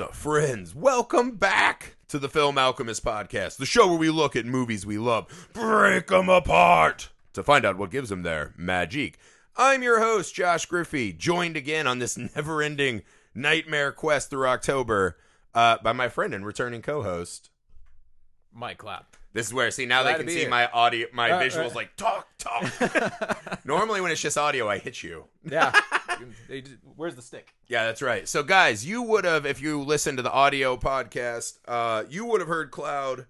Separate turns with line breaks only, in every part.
up, friends? Welcome back to the Film Alchemist podcast, the show where we look at movies we love, break them apart to find out what gives them their magic. I'm your host, Josh Griffey, joined again on this never ending nightmare quest through October uh, by my friend and returning co host.
Mike clap.
This is where see now
Glad
they
to
can
be
see
here.
my audio my
Uh,
visuals
uh.
like talk talk. Normally when it's just audio I hit you.
Yeah. They d- where's the stick?
Yeah, that's right. So, guys, you would have, if you listened to the audio podcast, uh, you would have heard Cloud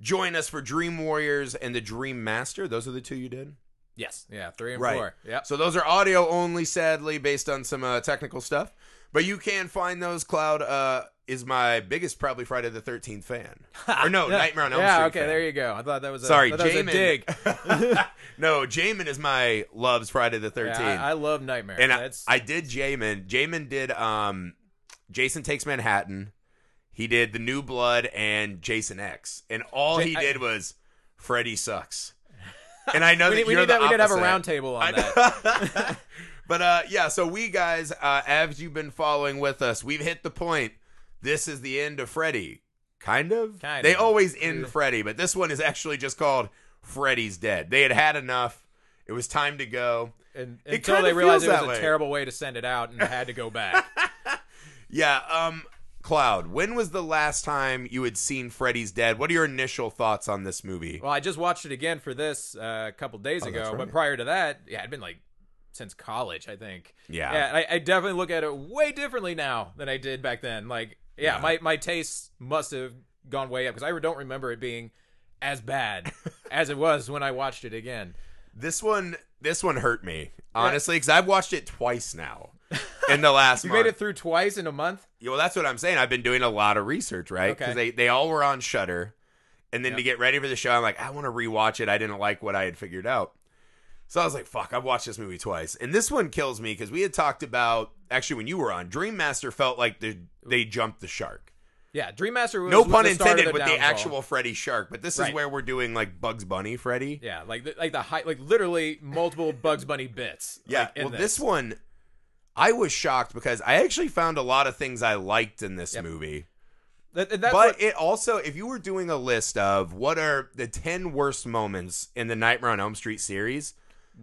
join us for Dream Warriors and the Dream Master. Those are the two you did?
Yes. Yeah. Three and four. Yep.
So, those are audio only, sadly, based on some uh, technical stuff. But you can find those. Cloud uh, is my biggest, probably Friday the 13th fan. or no, Nightmare on Elm
yeah,
Street.
okay,
fan.
there you go. I thought that was a,
Sorry,
I thought that was a
Jamin.
dig.
no, Jamin is my loves Friday the 13th.
Yeah, I, I love Nightmare.
And I,
That's,
I did Jamin. Jamin did um, Jason Takes Manhattan. He did The New Blood and Jason X. And all
Ja-
he
I-
did was Freddy sucks. And I know
we
that
need, we
you're
need
the
that. We need to have a
opposite.
round table on that.
I- but uh, yeah, so we guys, uh, as you've been following with us, we've hit the point. This is the end of Freddy. Kind of.
Kind
they
of.
always end Freddy, but this one is actually just called Freddy's Dead. They had had enough. It was time to go.
And,
It
until
kinda
they realized it
feels
was a
that way.
terrible way to send it out and had to go back.
Yeah, um Cloud, when was the last time you had seen Freddy's Dead? What are your initial thoughts on this movie?
well, I just watched it again for this uh, a couple days ago,
Oh, that's right.
but prior to that, yeah, it'd been like since college, I think.
Yeah.
Yeah, and I, I definitely look at it way differently now than I did back then. Like, yeah,
Yeah.
my my tastes must have gone way up because I don't remember it being as bad as it was when I watched it again.
This one this one hurt me, honestly, cuz I've watched it twice now in the last
You
month.
made it through twice in a month.
Yeah, well, that's what I'm saying. I've been doing a lot of research, right? Cuz
Okay.
they they all were on Shutter. And then to get ready for the show, I'm like, I want to rewatch it. I didn't like what I had figured out. So I was like, fuck, I've watched this movie twice. And this one kills me cuz we had talked about actually when you were on Dream Master felt like they they jumped the shark.
Yeah, Dream Master was
no
was
pun
the start of
intended with the
downfall.
actual Freddy shark, but this is
Right.
where we're doing like Bugs Bunny Freddy.
Yeah, like the, like the high, like literally multiple Bugs Bunny bits.
Yeah,
like, in
well, this. one, I was shocked because I actually found a lot of things I liked in this movie.
That- and that's
but
what-
it also, if you were doing a list of what are the 10 worst moments in the Nightmare on Elm Street series,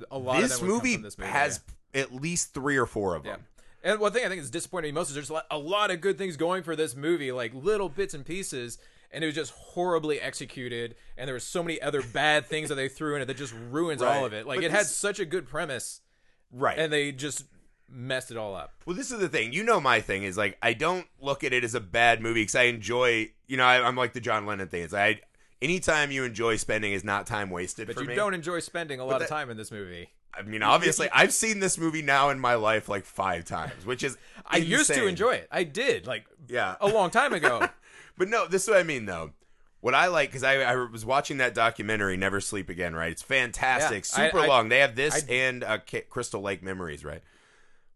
a lot of
this
them would come
movie,
from this movie
has
yeah.
at least three or four of
Yeah.
them.
And one thing I think is disappointing me most is there's a lot, a lot of good things going for this movie, like little bits and pieces, and it was just horribly executed. And there were so many other bad things that they threw in it that just ruins
Right.
all of it. Like
But
it had
this-
such a good premise,
Right.
and they just messed it all up.
Well, this is the thing. You know, my thing is like I don't look at it as a bad movie because I enjoy. You know, I, I'm like the John Lennon thing. It's like I, anytime you enjoy spending is not time wasted.
But
for
you
me.
don't enjoy spending a lot
that-
of time in this movie.
I mean, obviously, I've seen this movie now in my life like five times, which is
I used to
insane.
enjoy Oh. it. I did, like
Yeah.
a long time ago.
But no, this is what I mean though. What I like because I, I was watching that documentary, Never Sleep Again. Right, it's fantastic,
Yeah, I-
super
I-
long. They have this
I-
and uh, Ca- Crystal Lake Memories, right?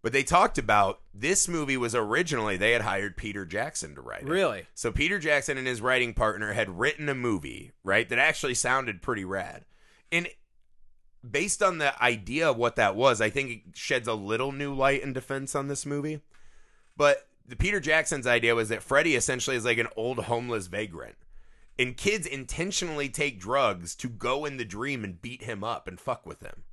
But they talked about this movie was originally they had hired Peter Jackson to write it.
Really?
So Peter Jackson and his writing partner had written a movie, right, that actually sounded pretty rad. And based on the idea of what that was, I think it sheds a little new light in defense on this movie. But the Peter Jackson's idea was that Freddy essentially is like an old homeless vagrant. And kids intentionally take drugs to go in the dream and beat him up and fuck with him.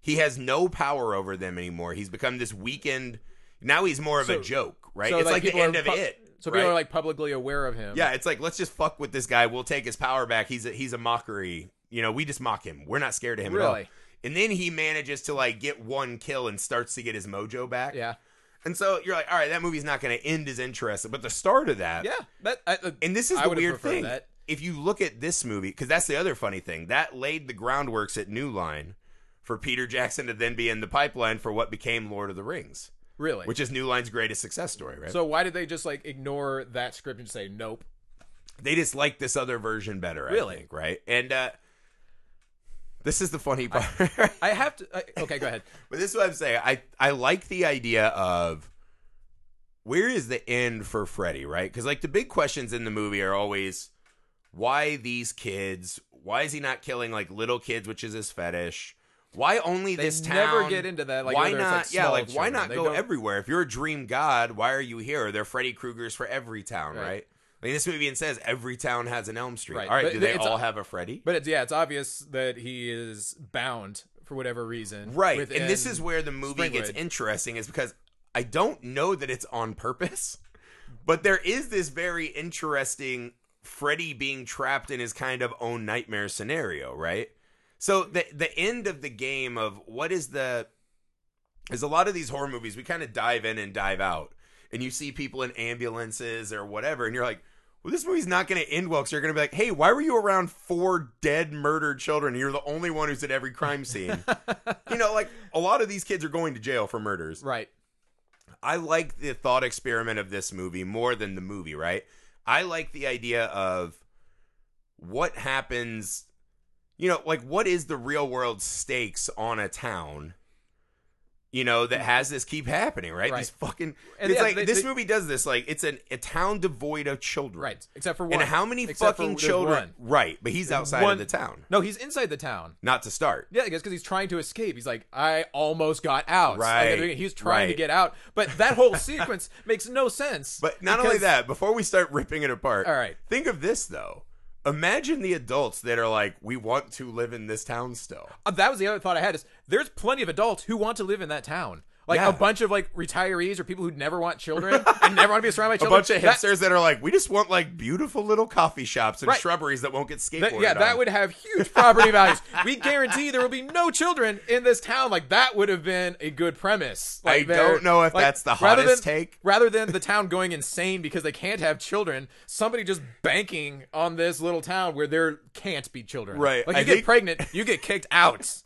He has no power over them anymore. He's become this weakened. Now he's more of a
So-
joke, right?
So,
it's like, the
people are
end of
pub-
it.
So people
right?
are like publicly aware of him.
Yeah, it's like let's just fuck with this guy. We'll take his power back. He's a, he's a mockery. You know, we just mock him. We're not scared of him at all.
Really?
And then he manages to like get one kill and starts to get his mojo back.
yeah,
And so you're like, all right, that movie's not going to end as interesting. But the start of that,
yeah. That, I, uh,
And this is
I
the
would've
weird
preferred
thing.
That.
If you look at this movie, because that's the other funny thing, that laid the groundworks at New Line for Peter Jackson to then be in the pipeline for what became Lord of the Rings,
Really,
which is New Line's greatest success story, right?
So why did they just like ignore that script and say nope?
they just like this other version better.
Really?
I think, right? And uh, this is the funny part.
I have to. I, okay, go ahead.
but this is what I'm saying. I I like the idea of where is the end for Freddy, right? Because like the big questions in the movie are always why these kids? Why is he not killing like little kids, which is his fetish? Why only
They
this town?
never get into that, like,
why
whether it's,
not?
like,
yeah,
small
like why
children.
not
They
go
don't-
everywhere? If you're a dream god, why are you here? They're Freddy Krueger's for every town, right?
Right.
Like this movie even says every town has an Elm Street.
Right,
All right,
but
do they
it's-
all have a Freddy?
But it's, yeah, it's obvious that he is bound for whatever reason.
Right.
within-
and this is where the movie gets
Springwood.
interesting is because I don't know that it's on purpose, but there is this very interesting Freddy being trapped in his kind of own nightmare scenario, right? So the the end of the game of what is the is a lot of these horror movies we kind of dive in and dive out and you see people in ambulances or whatever and you're like well this movie's not going to end well because you're going to be like hey why were you around four dead murdered children and you're the only one who's at every crime scene you know like a lot of these kids are going to jail for murders
right.
I like the thought experiment of this movie more than the movie, right? I like the idea of what happens, you know, like what is the real world stakes on a town, you know, that has this keep happening, right?
Right.
These fucking
And
it's
yeah,
like
they-
this
they-
movie does this, like it's an a town devoid of children,
Right. Except for one.
And how many
Except for
fucking
there's
children?
one.
Right, but he's outside
one-
of the town,
No, he's inside the town.
not to start.
Yeah, I guess because he's trying to escape. He's like, I almost got out. Like,
Right,
he's trying to
right.
get out, but that whole sequence makes no sense.
But not only
because-
that, before we start ripping it apart,
All right.
Think of this though. Imagine the adults that are like, "We want to live in this town still."
Uh, that was the other thought I had is there's plenty of adults who want to live in that town. Like
Yeah.
a bunch of like retirees or people who never want children and never want to be surrounded by
A
children.
bunch of
That-
hipsters that are like, "We just want like beautiful little coffee shops and
Right.
shrubberies that won't get skateboarded."
that- yeah, that
on."
would have huge property values. We guarantee there will be no children in this town. Like that would have been a good premise.
I
Like, there-
don't know if
like,
that's the
rather
hottest
than-
take.
Rather than the town going insane because they can't have children, somebody just banking on this little town where there can't be children.
Right,
Like you
I
get
think-
pregnant, you get kicked out.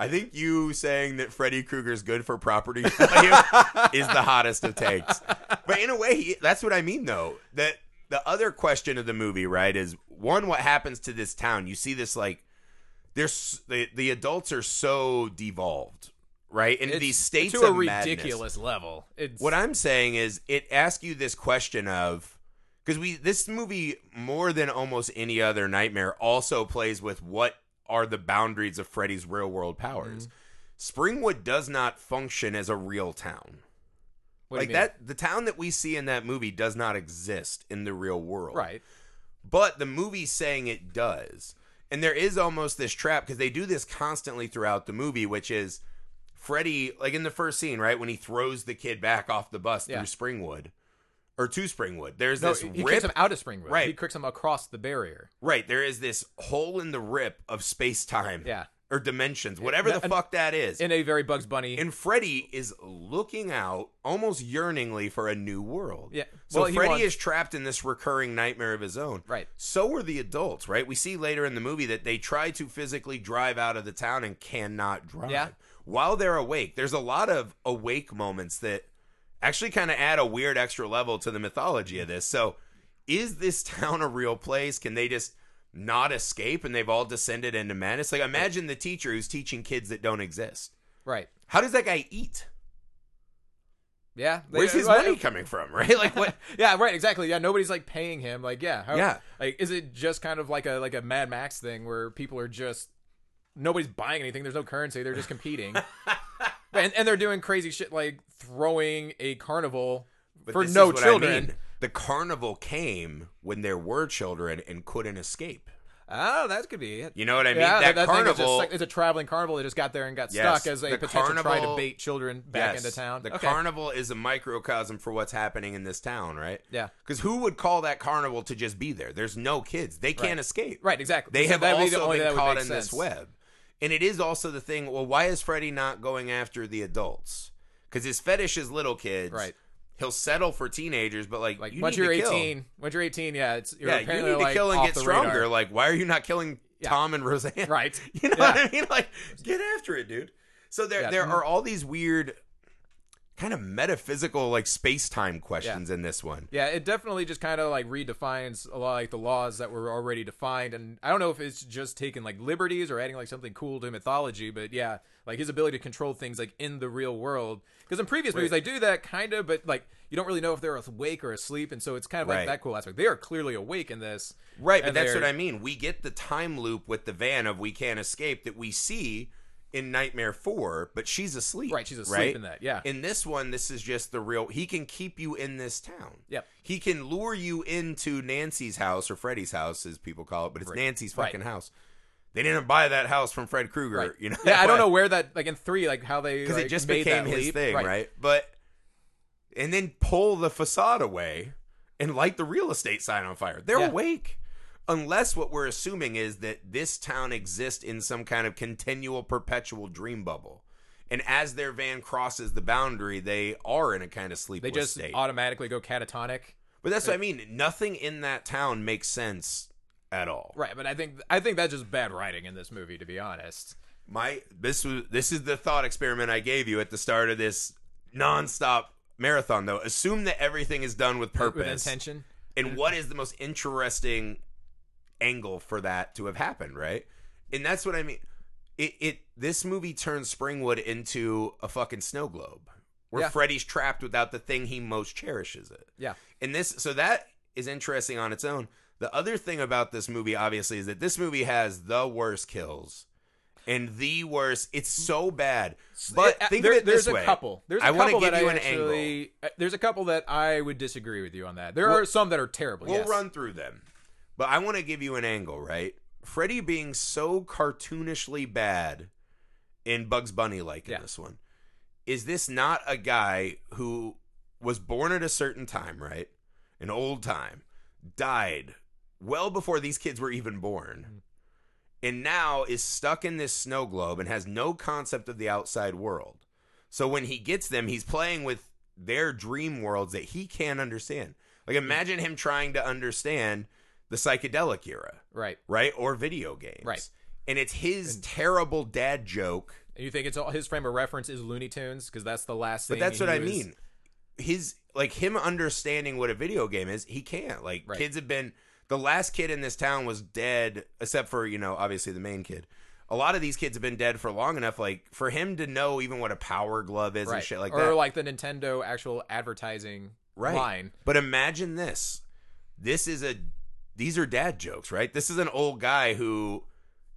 I think you saying that Freddy Krueger's good for property value is the hottest of takes. But in a way, he- that's what I mean, though. That the other question of the movie, right, is one: what happens to this town? You see this like, there's the the adults are so devolved, right, into
It's-
these states
to a
of madness.
ridiculous level. It's
What I'm saying is, it asks you this question of because we this movie more than almost any other nightmare also plays with what are the boundaries of Freddy's real world powers.
Mm-hmm.
Springwood does not function as a real town.
what do you
like
mean?
that, the town that we see in that movie does not exist in the real world.
Right.
But the movie's saying it does. And there is almost this trap because they do this constantly throughout the movie, which is Freddy, like in the first scene, right? When he throws the kid back off the bus
Yeah.
through Springwood or to Springwood, there's
No,
this
he
rip.
kicks him out of Springwood.
Right.
He kicks him across the barrier.
right. There is this hole in the rip of space time
Yeah.
or dimensions, whatever
Yeah,
the
and-
fuck that is.
In a very Bugs Bunny.
And Freddy is looking out almost yearningly for a new world.
Yeah.
So
Well, he
Freddy
wants-
is trapped in this recurring nightmare of his own.
Right.
So are the adults, right? We see later in the movie that they try to physically drive out of the town and cannot drive.
Yeah.
While they're awake, there's a lot of awake moments that actually kind of add a weird extra level to the mythology of this. So is this town a real place? Can they just not escape and they've all descended into madness? Like imagine the teacher who's teaching kids that don't exist.
right.
How does that guy eat?
Yeah. They-
Where's his
right.
money coming from? Right? Like what?
Yeah, right, exactly. Yeah, nobody's like paying him. Like, yeah, how,
Yeah.
Like, is it just kind of like a like a Mad Max thing where people are just nobody's buying anything? There's no currency. They're just competing, and and they're doing crazy shit like throwing a carnival
But
for
this
no
is what I
children.
mean. The carnival came when there were children and couldn't escape.
Oh, that could be it.
You know what I mean?
yeah,
that,
that, thing is just
carnival.
like- it's a traveling carnival that just got there and got
Yes,
stuck as a
the
potential try to
carnival-
bait children back
yes,
into town.
The
Okay.
carnival is a microcosm for what's happening in this town, right?
Yeah.
Because who would call that carnival to just be there? There's no kids. They can't escape.
Right, exactly.
They
So
have
that would be
also
the only
been
that would
caught
make
in this
sense.
web. And it is also the thing. Well, why is Freddy not going after the adults? Because his fetish is little kids.
Right.
He'll settle for teenagers, but like,
Like
you
once
need
you're
to kill.
18, once you're 18, yeah, it's you're
yeah, you
apparently
need to
like
kill and
off
get
the
stronger.
radar.
Like, why are you not killing Tom and Roseanne?
Right.
You know
Yeah.
what I mean? Like, get after it, dude. So there,
Yeah. Mm-hmm.
there are all these weird, kind of metaphysical, like space time questions in this one.
Yeah, it definitely just kind of like redefines a lot like the laws that were already defined, and I don't know if it's just taking like liberties or adding like something cool to mythology, but yeah, like his ability to control things like in the real world. Because in previous movies they do that kind of, but like you don't really know if they're awake or asleep, and so it's kind of
Right.
like that cool aspect. They are clearly awake in this,
Right, but
and
that's what
they're-
I mean. We get the time loop with the van of we can't escape that we see in Nightmare 4, but she's asleep.
Right, she's asleep
right?
in that. Yeah.
In this one, this is just the real. He can keep you in this town.
Yep.
He can lure you into Nancy's house or Freddy's house, as people call it, but it's
Right.
Nancy's
Right.
fucking house. They didn't buy that house from Fred Krueger,
Right.
you know.
yeah, I don't know where that like in three, like how they
because
like,
it just
made
became
that
his
leap.
thing, right. But and then pull the facade away and light the real estate sign on fire. They're
Yeah.
awake. Unless what we're assuming is that this town exists in some kind of continual, perpetual dream bubble, and as their van crosses the boundary, they are in a kind of
They
sleepless
just
state.
automatically go catatonic.
but that's what I mean. Nothing in that town makes sense at all.
Right, but I think I think that's just bad writing in this movie, to be honest.
my this was this is the thought experiment I gave you at the start of this nonstop marathon though. Assume that everything is done with
With
purpose.
intention.
and what is the most interesting angle for that to have happened, right? And that's what I mean. It it this movie turns Springwood into a fucking snow globe where
Yeah.
Freddy's trapped without the thing he most cherishes it.
Yeah.
And this so that is interesting on its own. The other thing about this movie obviously is that this movie has the worst kills. And the worst, it's so bad. But
Uh,
think
there-
of it
there's
this way.
a couple. There's a
I wanna
couple
give
that
you
I
an
actually,
angle.
uh, There's a couple that I would disagree with you on that. There
We'll-
are some that are terrible.
We'll
yes.
run through them. But I want to give you an angle, right? Freddy being so cartoonishly bad in Bugs Bunny like in
Yeah.
this one. Is this not a guy who was born at a certain time, right? An old time, died well before these kids were even
Mm-hmm.
born. And now is stuck in this snow globe and has no concept of the outside world. So when he gets them, he's playing with their dream worlds that he can't understand. Like imagine him trying to understand the psychedelic era,
Right.
right? Or video games.
Right.
And it's his terrible dad joke.
And you think it's all his frame of reference is Looney Tunes because that's the last thing.
But that's what
he
I
was-
mean. His like him understanding what a video game is, he can't. Like
Right.
kids have been the last kid in this town was dead except for, you know, obviously the main kid. A lot of these kids have been dead for long enough like for him to know even what a power glove is
Right.
and shit like
or
that.
like the Nintendo actual advertising
right.
line.
But imagine this. This is a these are dad jokes, right? This is an old guy who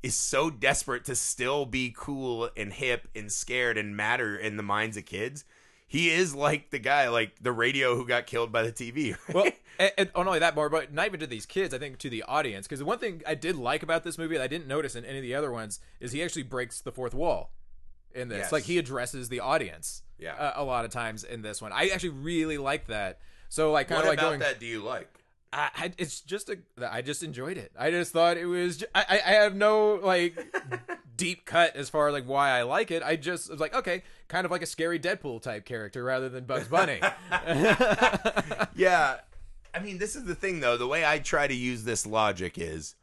is so desperate to still be cool and hip and scared and matter in the minds of kids. He is like the guy, like the radio who got killed by the TV. Right?
Well, and, and oh, not only that, more, but not even to these kids. I think to the audience, because the one thing I did like about this movie that I didn't notice in any of the other ones is he actually breaks the fourth wall in this.
Yes.
Like he addresses the audience.
Yeah.
uh, a lot of times in this one. I actually really like that. So like kind
what
of like
about
going.
that do you like?
I, I, it's just a. I just enjoyed it. I just thought it was. ju- I, I I have no like deep cut as far as like why I like it. I just was like okay, kind of like a scary Deadpool type character rather than Bugs Bunny.
Yeah. I mean, this is the thing though. The way I try to use this logic is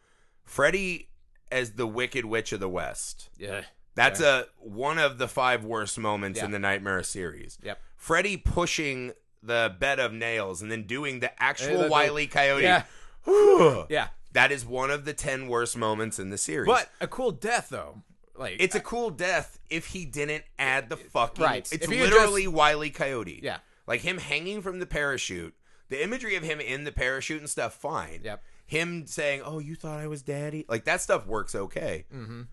Freddy as the Wicked Witch of the West.
yeah.
That's a one of the five worst moments in
Yeah.
the Nightmare series.
Yep.
Freddy pushing the bed of nails and then doing the actual
the- the-
Wiley Coyote.
Yeah.
Whew.
Yeah.
That is one of the ten worst moments in the series.
But a cool death though. Like
it's a cool death if he didn't add the fucking.
Right.
It's
If he had
literally Wiley Coyote.
Yeah.
Like him hanging from the parachute. The imagery of him in the parachute and stuff, fine.
Yep.
Him saying, "Oh, you thought I was daddy," like that stuff works okay.
Mhm.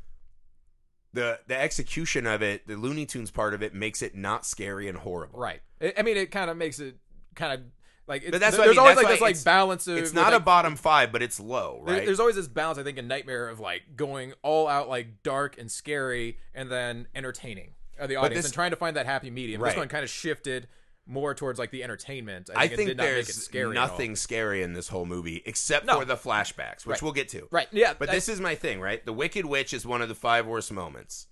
The the execution of it, the Looney Tunes part of it, makes it not scary and horrible.
right. I- I mean, it kind of makes it kind of like. It's,
But that's what I
there's
mean.
always
That's
like
why
this like
it's-
balance of
It's not
like,
a bottom five, but it's low,
There-
right?
There's always this balance, I think, in Nightmare of like going all out, like dark and scary, and then entertaining uh, the audience
this-
and trying to find that happy medium.
Right.
This one kind of shifted more towards like the entertainment.
I
it
think
did not make it
there's
scary at all.
nothing scary in this whole movie except
No.
for the flashbacks, which
Right.
we'll get to.
Right? Yeah,
But
I-
this is my thing, right? The Wicked Witch is one of the five worst moments.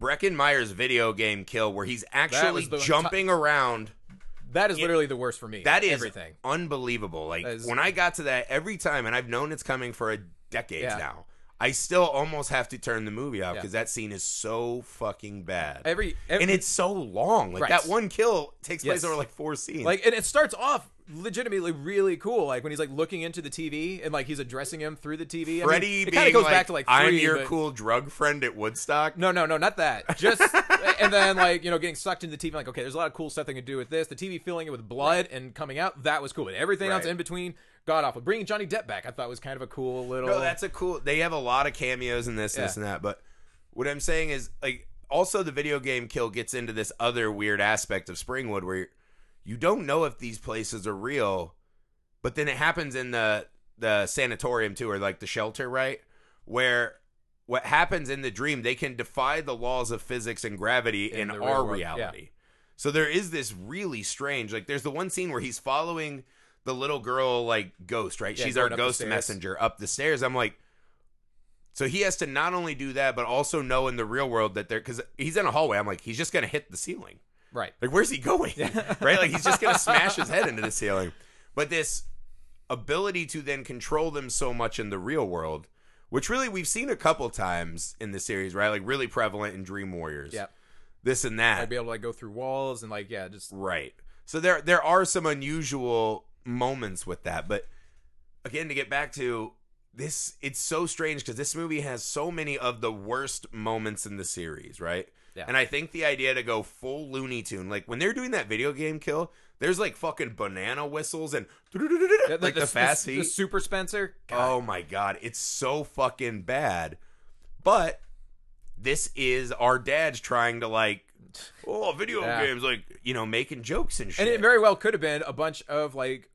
Brecken Meyer's video game kill, where he's actually
was the-
jumping around,
that is literally the worst for me.
that is
everything.
unbelievable. Like
That is-
when I got to that, every time, and I've known it's coming for a decade
Yeah.
now. I still almost have to turn the movie off
Yeah.
because that scene is so fucking bad,
Every, every
and it's so long. Like
Right.
that one kill takes place
Yes.
over like four scenes.
Like, and it starts off legitimately really cool. Like when he's like looking into the TV and like he's addressing him through the TV. I mean,
Freddie
it
being
kind of goes
like,
back to like
I'm
three,
your
but-
cool drug friend at Woodstock.
No, no, no, not that. Just and then like you know getting sucked into the TV. Like okay, there's a lot of cool stuff they can do with this. The TV filling it with blood and coming out that was cool. But everything else
Right.
in between got off. But bringing Johnny Depp back, I thought was kind of a cool little.
No, that's a cool. They have a lot of cameos in this, this,
Yeah.
and that. But what I'm saying is, like, also the video game kill gets into this other weird aspect of Springwood where you don't know if these places are real, but then it happens in the the sanatorium too, or like the shelter, right? Where what happens in the dream, they can defy the laws of physics and gravity in,
In the real
our
world, yeah.
reality. So there is this really strange, like there's the one scene where he's following the little girl like ghost, right?
Yeah,
She's our
going up the
ghost
stairs.
messenger up the stairs. I'm like, so he has to not only do that, but also know in the real world that they're because he's in a hallway. I'm like, he's just gonna hit the ceiling.
Right.
Like, where's he going? right? Like, he's just going to smash his head into the ceiling. But this ability to then control them so much in the real world, which really we've seen a couple times in the series, right? Like, really prevalent in Dream Warriors.
Yep.
This and that.
I'd be able to like go through walls and like yeah, just
Right. So there there are some unusual moments with that, but again to get back to this it's so strange cuz this movie has so many of the worst moments in the series, right?
Yeah.
And I think the idea to go full Looney Tune, like when they're doing that video game kill, there's like fucking banana whistles and like the fast
the,
feet.
Super Spencer. God.
Oh my god, it's so fucking bad. But this is our dads trying to like, oh, video
Yeah.
games, like you know, making jokes and shit.
and it very well could have been a bunch of like.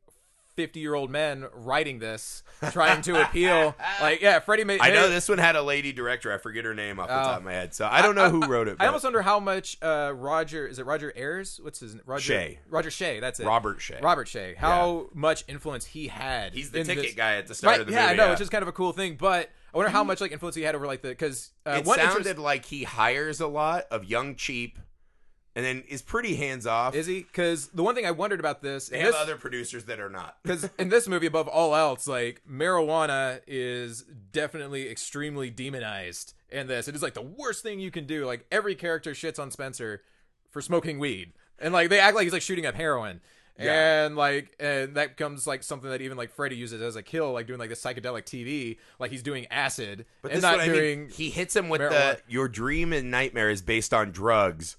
50 year old men writing this trying to appeal like yeah freddie made
I know
hey,
this one had a lady director. I forget her name off the
Oh.
top of my head, so I don't know who wrote it.
I
but
almost wonder how much uh, Roger is it Roger Ayers? What's his name? Roger
Shea.
Roger Shea. That's it.
Robert Shea.
Robert Shea. How much influence he had?
He's the
in
ticket
this-
guy at the start
right,
of the
yeah,
movie.
I know, which is kind of a cool thing. But I wonder how much like influence he had over like the because uh,
it
one
sounded
interest-
like he hires a lot of young cheap, and then is pretty hands off.
is he because the one thing I wondered about this
They
and
have
this,
other producers that are not.
Because in this movie, above all else, like marijuana is definitely extremely demonized in this. It is like the worst thing you can do. Like every character shits on Spencer for smoking weed, and like they act like he's like shooting up heroin.
Yeah.
And like, and that becomes like something that even like Freddy uses as a kill, like doing like the psychedelic TV, like he's doing acid,
But
and
this
not
one,
doing.
I mean, he hits him with the
marijuana.
your dream and nightmare is based on drugs,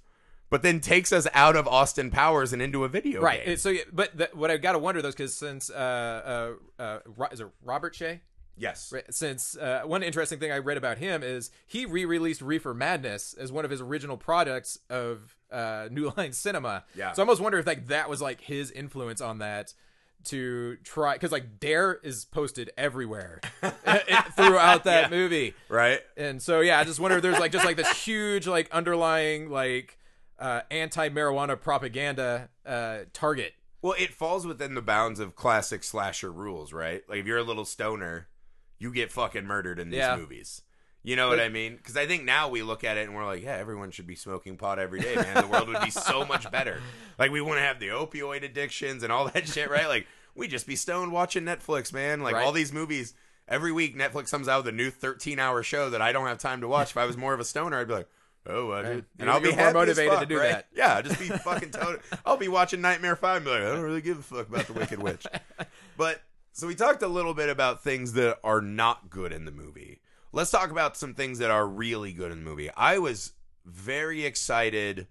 but then takes us out of Austin Powers and into a video
Right.
game.
And So, yeah, but the, what I got to wonder though, is because since uh, uh, uh, Ro- is it Robert Shea?
yes.
Right, since uh, one interesting thing I read about him is he re-released Reefer Madness as one of his original products of uh, New Line Cinema.
Yeah.
So I almost wonder if like that was like his influence on that to try because like Dare is posted everywhere throughout that movie,
Right.
and so yeah, I just wonder if there's like just like this huge like underlying like uh, anti-marijuana propaganda uh, target.
Well, it falls within the bounds of classic slasher rules, right? Like if you're a little stoner, you get fucking murdered in these
Yeah.
movies. You know what I mean? Because I think now we look at it and we're like, yeah, everyone should be smoking pot every day, man. The world would be so much better. Like we wouldn't have the opioid addictions and all that shit, right? Like we'd just be stoned watching Netflix, man. Like
Right.
all these movies. Every week, Netflix comes out with a new 13-hour show that I don't have time to watch. If I was more of a stoner, I'd be like, "Oh, I did," and
You're-
I'll be
you're more
happy as
motivated to
fuck,
do
right?
that.
Yeah, I'll just be fucking total. I'll be watching Nightmare Five and be like, I don't really give a fuck about the Wicked Witch. But so we talked a little bit about things that are not good in the movie. Let's talk about some things that are really good in the movie. I was very excited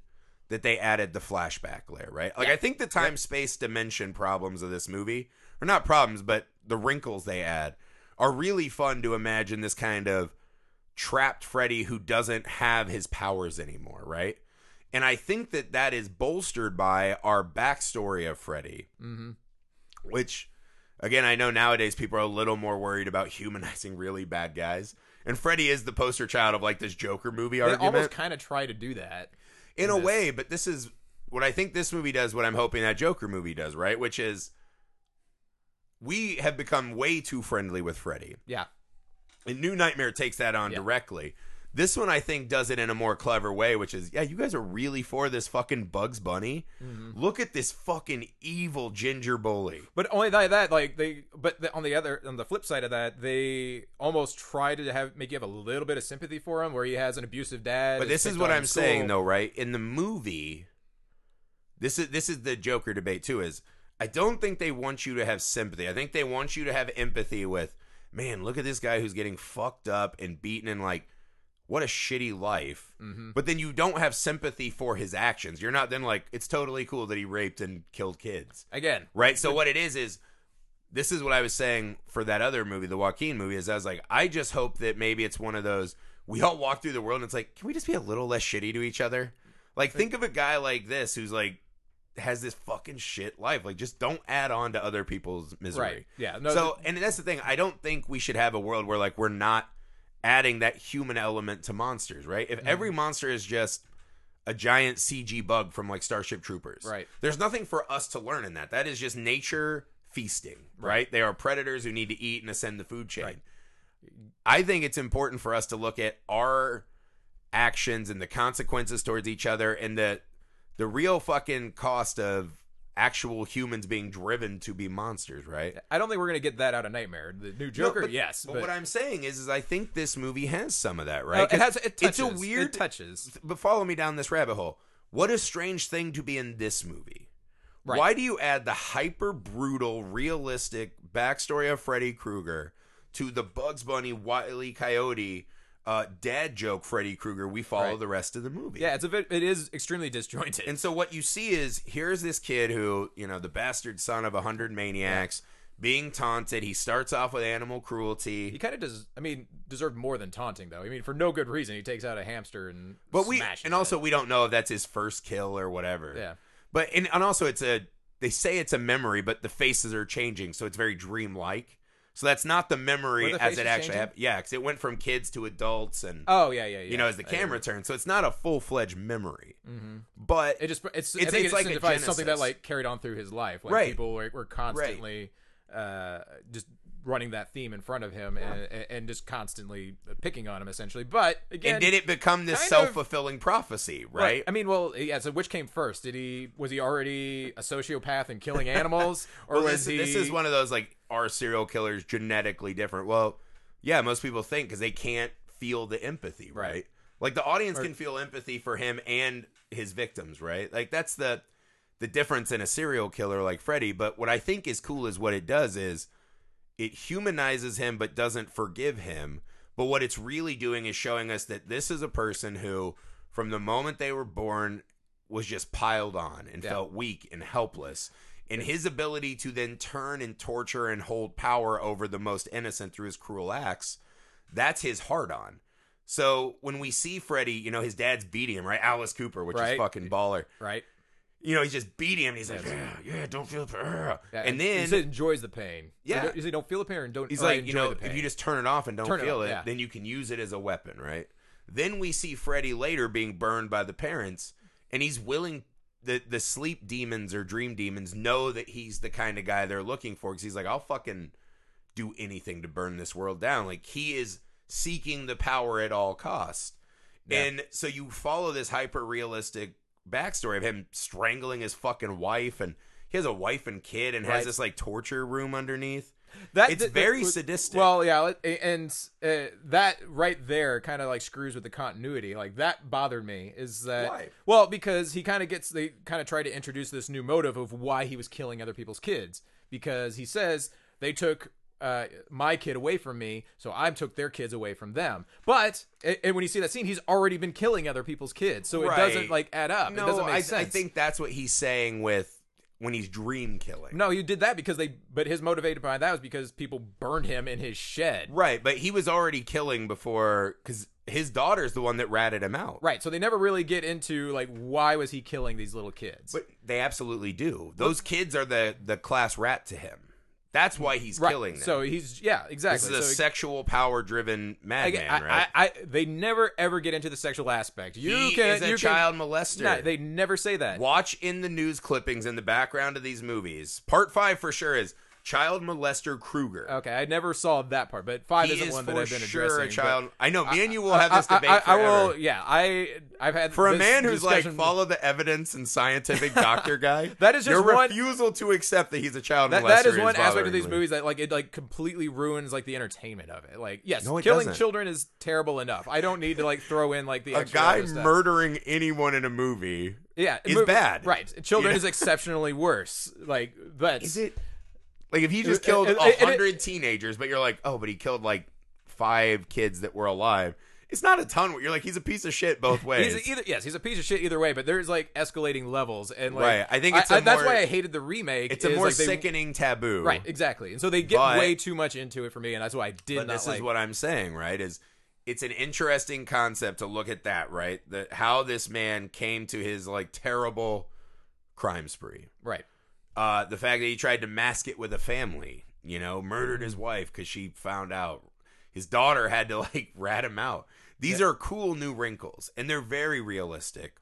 that they added the flashback layer, right? Like I think the time space dimension problems of this movie, or not problems, but the wrinkles they add are really fun to imagine this kind of trapped Freddy who doesn't have his powers anymore, right? And I think that that is bolstered by our backstory of Freddy,
Mm-hmm.
which, again, I know nowadays people are a little more worried about humanizing really bad guys. And Freddy is the poster child of like this Joker movie
They
argument
almost kind of try to do that.
in
in
a
this.
way, but this is what I think this movie does, what I'm hoping that Joker movie does, right? Which is we have become way too friendly with Freddy.
Yeah.
And New Nightmare takes that on
Yeah.
directly. This one, I think, does it in a more clever way, which is, yeah, you guys are really for this fucking Bugs Bunny.
Mm-hmm.
Look at this fucking evil ginger bully.
But only that, that like they, but the, on the other, on the flip side of that, they almost try to have make you have a little bit of sympathy for him, where he has an abusive dad.
But
who's
this is
picked
what
on in
I'm saying,
school.
though, right? In the movie, this is this is the Joker debate too. Is I don't think they want you to have sympathy. I think they want you to have empathy with, man. Look at this guy who's getting fucked up and beaten and like, what a shitty life.
Mm-hmm.
But then you don't have sympathy for his actions. You're not then like, it's totally cool that he raped and killed kids.
Again,
Right. So what it is is this is what I was saying for that other movie, the Joaquin movie, is I was like, I just hope that maybe it's one of those we all walk through the world and it's like, can we just be a little less shitty to each other? Like, think of a guy like this who's like has this fucking shit life. Like, just don't add on to other people's misery.
Right. Yeah. No,
so, and that's the thing. I don't think we should have a world where like we're not adding that human element to monsters, right?
Mm-hmm.
If every monster is just a giant CG bug from like Starship Troopers,
Right.
There's nothing for us to learn in that. That is just nature feasting, right? They are predators who need to eat and ascend the food chain.
Right.
I think it's important for us to look at our actions and the consequences towards each other and the the real fucking cost of actual humans being driven to be monsters, right?
I don't think we're gonna get that out of Nightmare. The new
No,
Joker,
but-
yes,
But,
but,
what I'm saying is, is I think this movie has some of that,
No,
right?
it
'Cause
has it
it's
touches.
a weird.
it touches.
but follow me down this rabbit hole. What a strange thing to be in this movie.
Right.
Why do you add the hyper brutal, realistic backstory of Freddy Krueger to the Bugs Bunny, Wily Coyote, uh, dad joke Freddy Krueger? We follow
Right.
the rest of the movie.
Yeah, it's a bit. It is extremely disjointed.
And so what you see is here's this kid who, you know, the bastard son of a hundred maniacs, being taunted. He starts off with animal cruelty.
he kind of does. I mean, deserved more than taunting though. I mean, for no good reason, he takes out a hamster and
But we
smashes
and
it.
also we don't know if that's his first kill or whatever.
yeah,
But and, and also it's a they say it's a memory, but the faces are changing, so it's very dreamlike. So that's not the memory
Were the
as
faces
it actually
changing?
happened. Yeah, because it went from kids to adults, and
oh yeah, yeah, yeah.
you know, as the
I-
camera turns, so it's not a full fledged memory.
Mhm.
But
It just it's
It's-
I think
it's
it
like a
signifies something that
genesis.
like carried on through his life. Like
Right.
people were, were constantly uh, just running that theme in front of him and, and just constantly picking on him essentially. But again,
and did it become this
kind of-
self fulfilling prophecy? Right.
I mean, well, yeah. So which came first? Did he was he already a sociopath and killing animals, or
Well,
was
this,
he?
this is one of those like are serial killers genetically different? Well, yeah, most people think because they can't feel the empathy, right?
Right.
Like the audience can feel empathy for him and his victims, right? Like that's the the difference in a serial killer like Freddy. But what I think is cool is what it does is it humanizes him but doesn't forgive him. But what it's really doing is showing us that this is a person who, from the moment they were born, was just piled on and
Yeah.
felt weak and helpless. And his ability to then turn and torture and hold power over the most innocent through his cruel acts, that's his hard on. So when we see Freddy, you know, his dad's beating him, right? Alice Cooper, which is
Right.
fucking baller.
right.
You know, he's just beating him and he's like, yeah,
Yes.
yeah, don't feel uh.
Yeah,
And
he
then
said enjoys the pain.
Yeah.
So don't- you say don't feel the pain and don't.
He's
or
like,
enjoy
you know,
the pain.
if you just turn it off and don't
Turn it
feel
off,
it,
yeah.
then you can use it as a weapon, right? Then we see Freddy later being burned by the parents, and he's willing. The, the sleep demons or dream demons know that he's the kind of guy they're looking for because he's like, I'll fucking do anything to burn this world down. Like, he is seeking the power at all costs.
Yeah.
And so you follow this hyper realistic backstory of him strangling his fucking wife, and he has a wife and kid and
Right.
has this like torture room underneath.
that,
it's
that- that
very
was-
sadistic.
Well, yeah, it- and uh, that right there kind of like screws with the continuity. Like that bothered me. Is that
Why?
well because he kind of gets they kind of try to introduce this new motive of why he was killing other people's kids because he says they took. Uh, my kid away from me, so I took their kids away from them. But a- and when you see that scene, he's already been killing other people's kids, so it doesn't
Right.
like add up.
No,
it doesn't make
I,
sense.
I think that's what he's saying with when he's dream killing.
No, he did that because they. But his motivated by that was because people burned him in his shed.
Right, but he was already killing before because his daughter's the one that ratted him out.
Right. So they never really get into like why was he killing these little kids?
But they absolutely do. Those kids are the the class rat to him. That's why he's
right.
killing them.
So he's yeah,
this
exactly.
is a
so
sexual power driven
I,
madman,
I,
right?
I, I, they never ever get into the sexual aspect. You
he
can
is a
you
child
Can,
molester.
Nah, they never say that.
Watch in the news clippings in the background of these movies. Part five for sure is child molester Kruger.
Okay, I never saw that part, but five
he
isn't
is
one
for
Oh, that I've been
sure
addressing.
a
but-
child. I know. Me and you will
I-
have this
I,
debate.
I, I
forever.
will. Yeah, I I've had
For a
this
man who's like
discussion-
follow the evidence and scientific doctor guy,
That is just
your
one-
refusal to accept that he's a child.
That,
molester
that is one aspect
bothering
of these
me.
movies that like it like completely ruins like the entertainment of it. Like yes,
No, it
killing
doesn't.
children is terrible enough. I don't need to like throw in like the
A
extra
guy
other stuff.
murdering anyone in a movie.
yeah,
is
mov-
bad.
Right, children
You know?
is exceptionally worse. Like that's
Is it like if he just
It- uh,
killed
it-
a
it- it-
hundred teenagers, but you're like, oh, but he killed like five kids that were alive. It's not a ton. You're like, he's a piece of shit both ways.
He's e either yes, he's a piece of shit either way, but there's like escalating levels and like
Right, I think it's a
that's
more-
why I hated the remake.
it's a
is,
more
like, they-
sickening taboo,
right exactly, and so they get
But-
way too much into it for me, and that's why I did
But
not
this
like.
is what I'm saying, right? Is it's an interesting concept to look at that, right? That how this man came to his like terrible crime spree.
Right.
Uh, the fact that he tried to mask it with a family, you know, murdered
Mm-hmm.
his wife because she found out. His daughter had to like rat him out. These are cool new wrinkles, and they're very realistic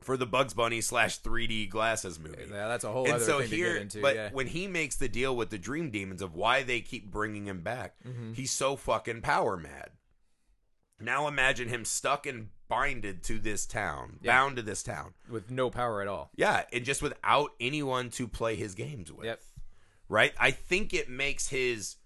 for the Bugs Bunny slash 3D glasses movie.
Yeah, that's a whole
and
other
so
thing
here,
to get into.
but
yeah.
when he makes the deal with the Dream Demons of why they keep bringing him back,
Mm-hmm.
he's so fucking power mad. Now imagine him stuck and binded to this town,
Yeah.
bound to this town.
With no power at all.
Yeah, and just without anyone to play his games with.
Yep.
Right? I think it makes his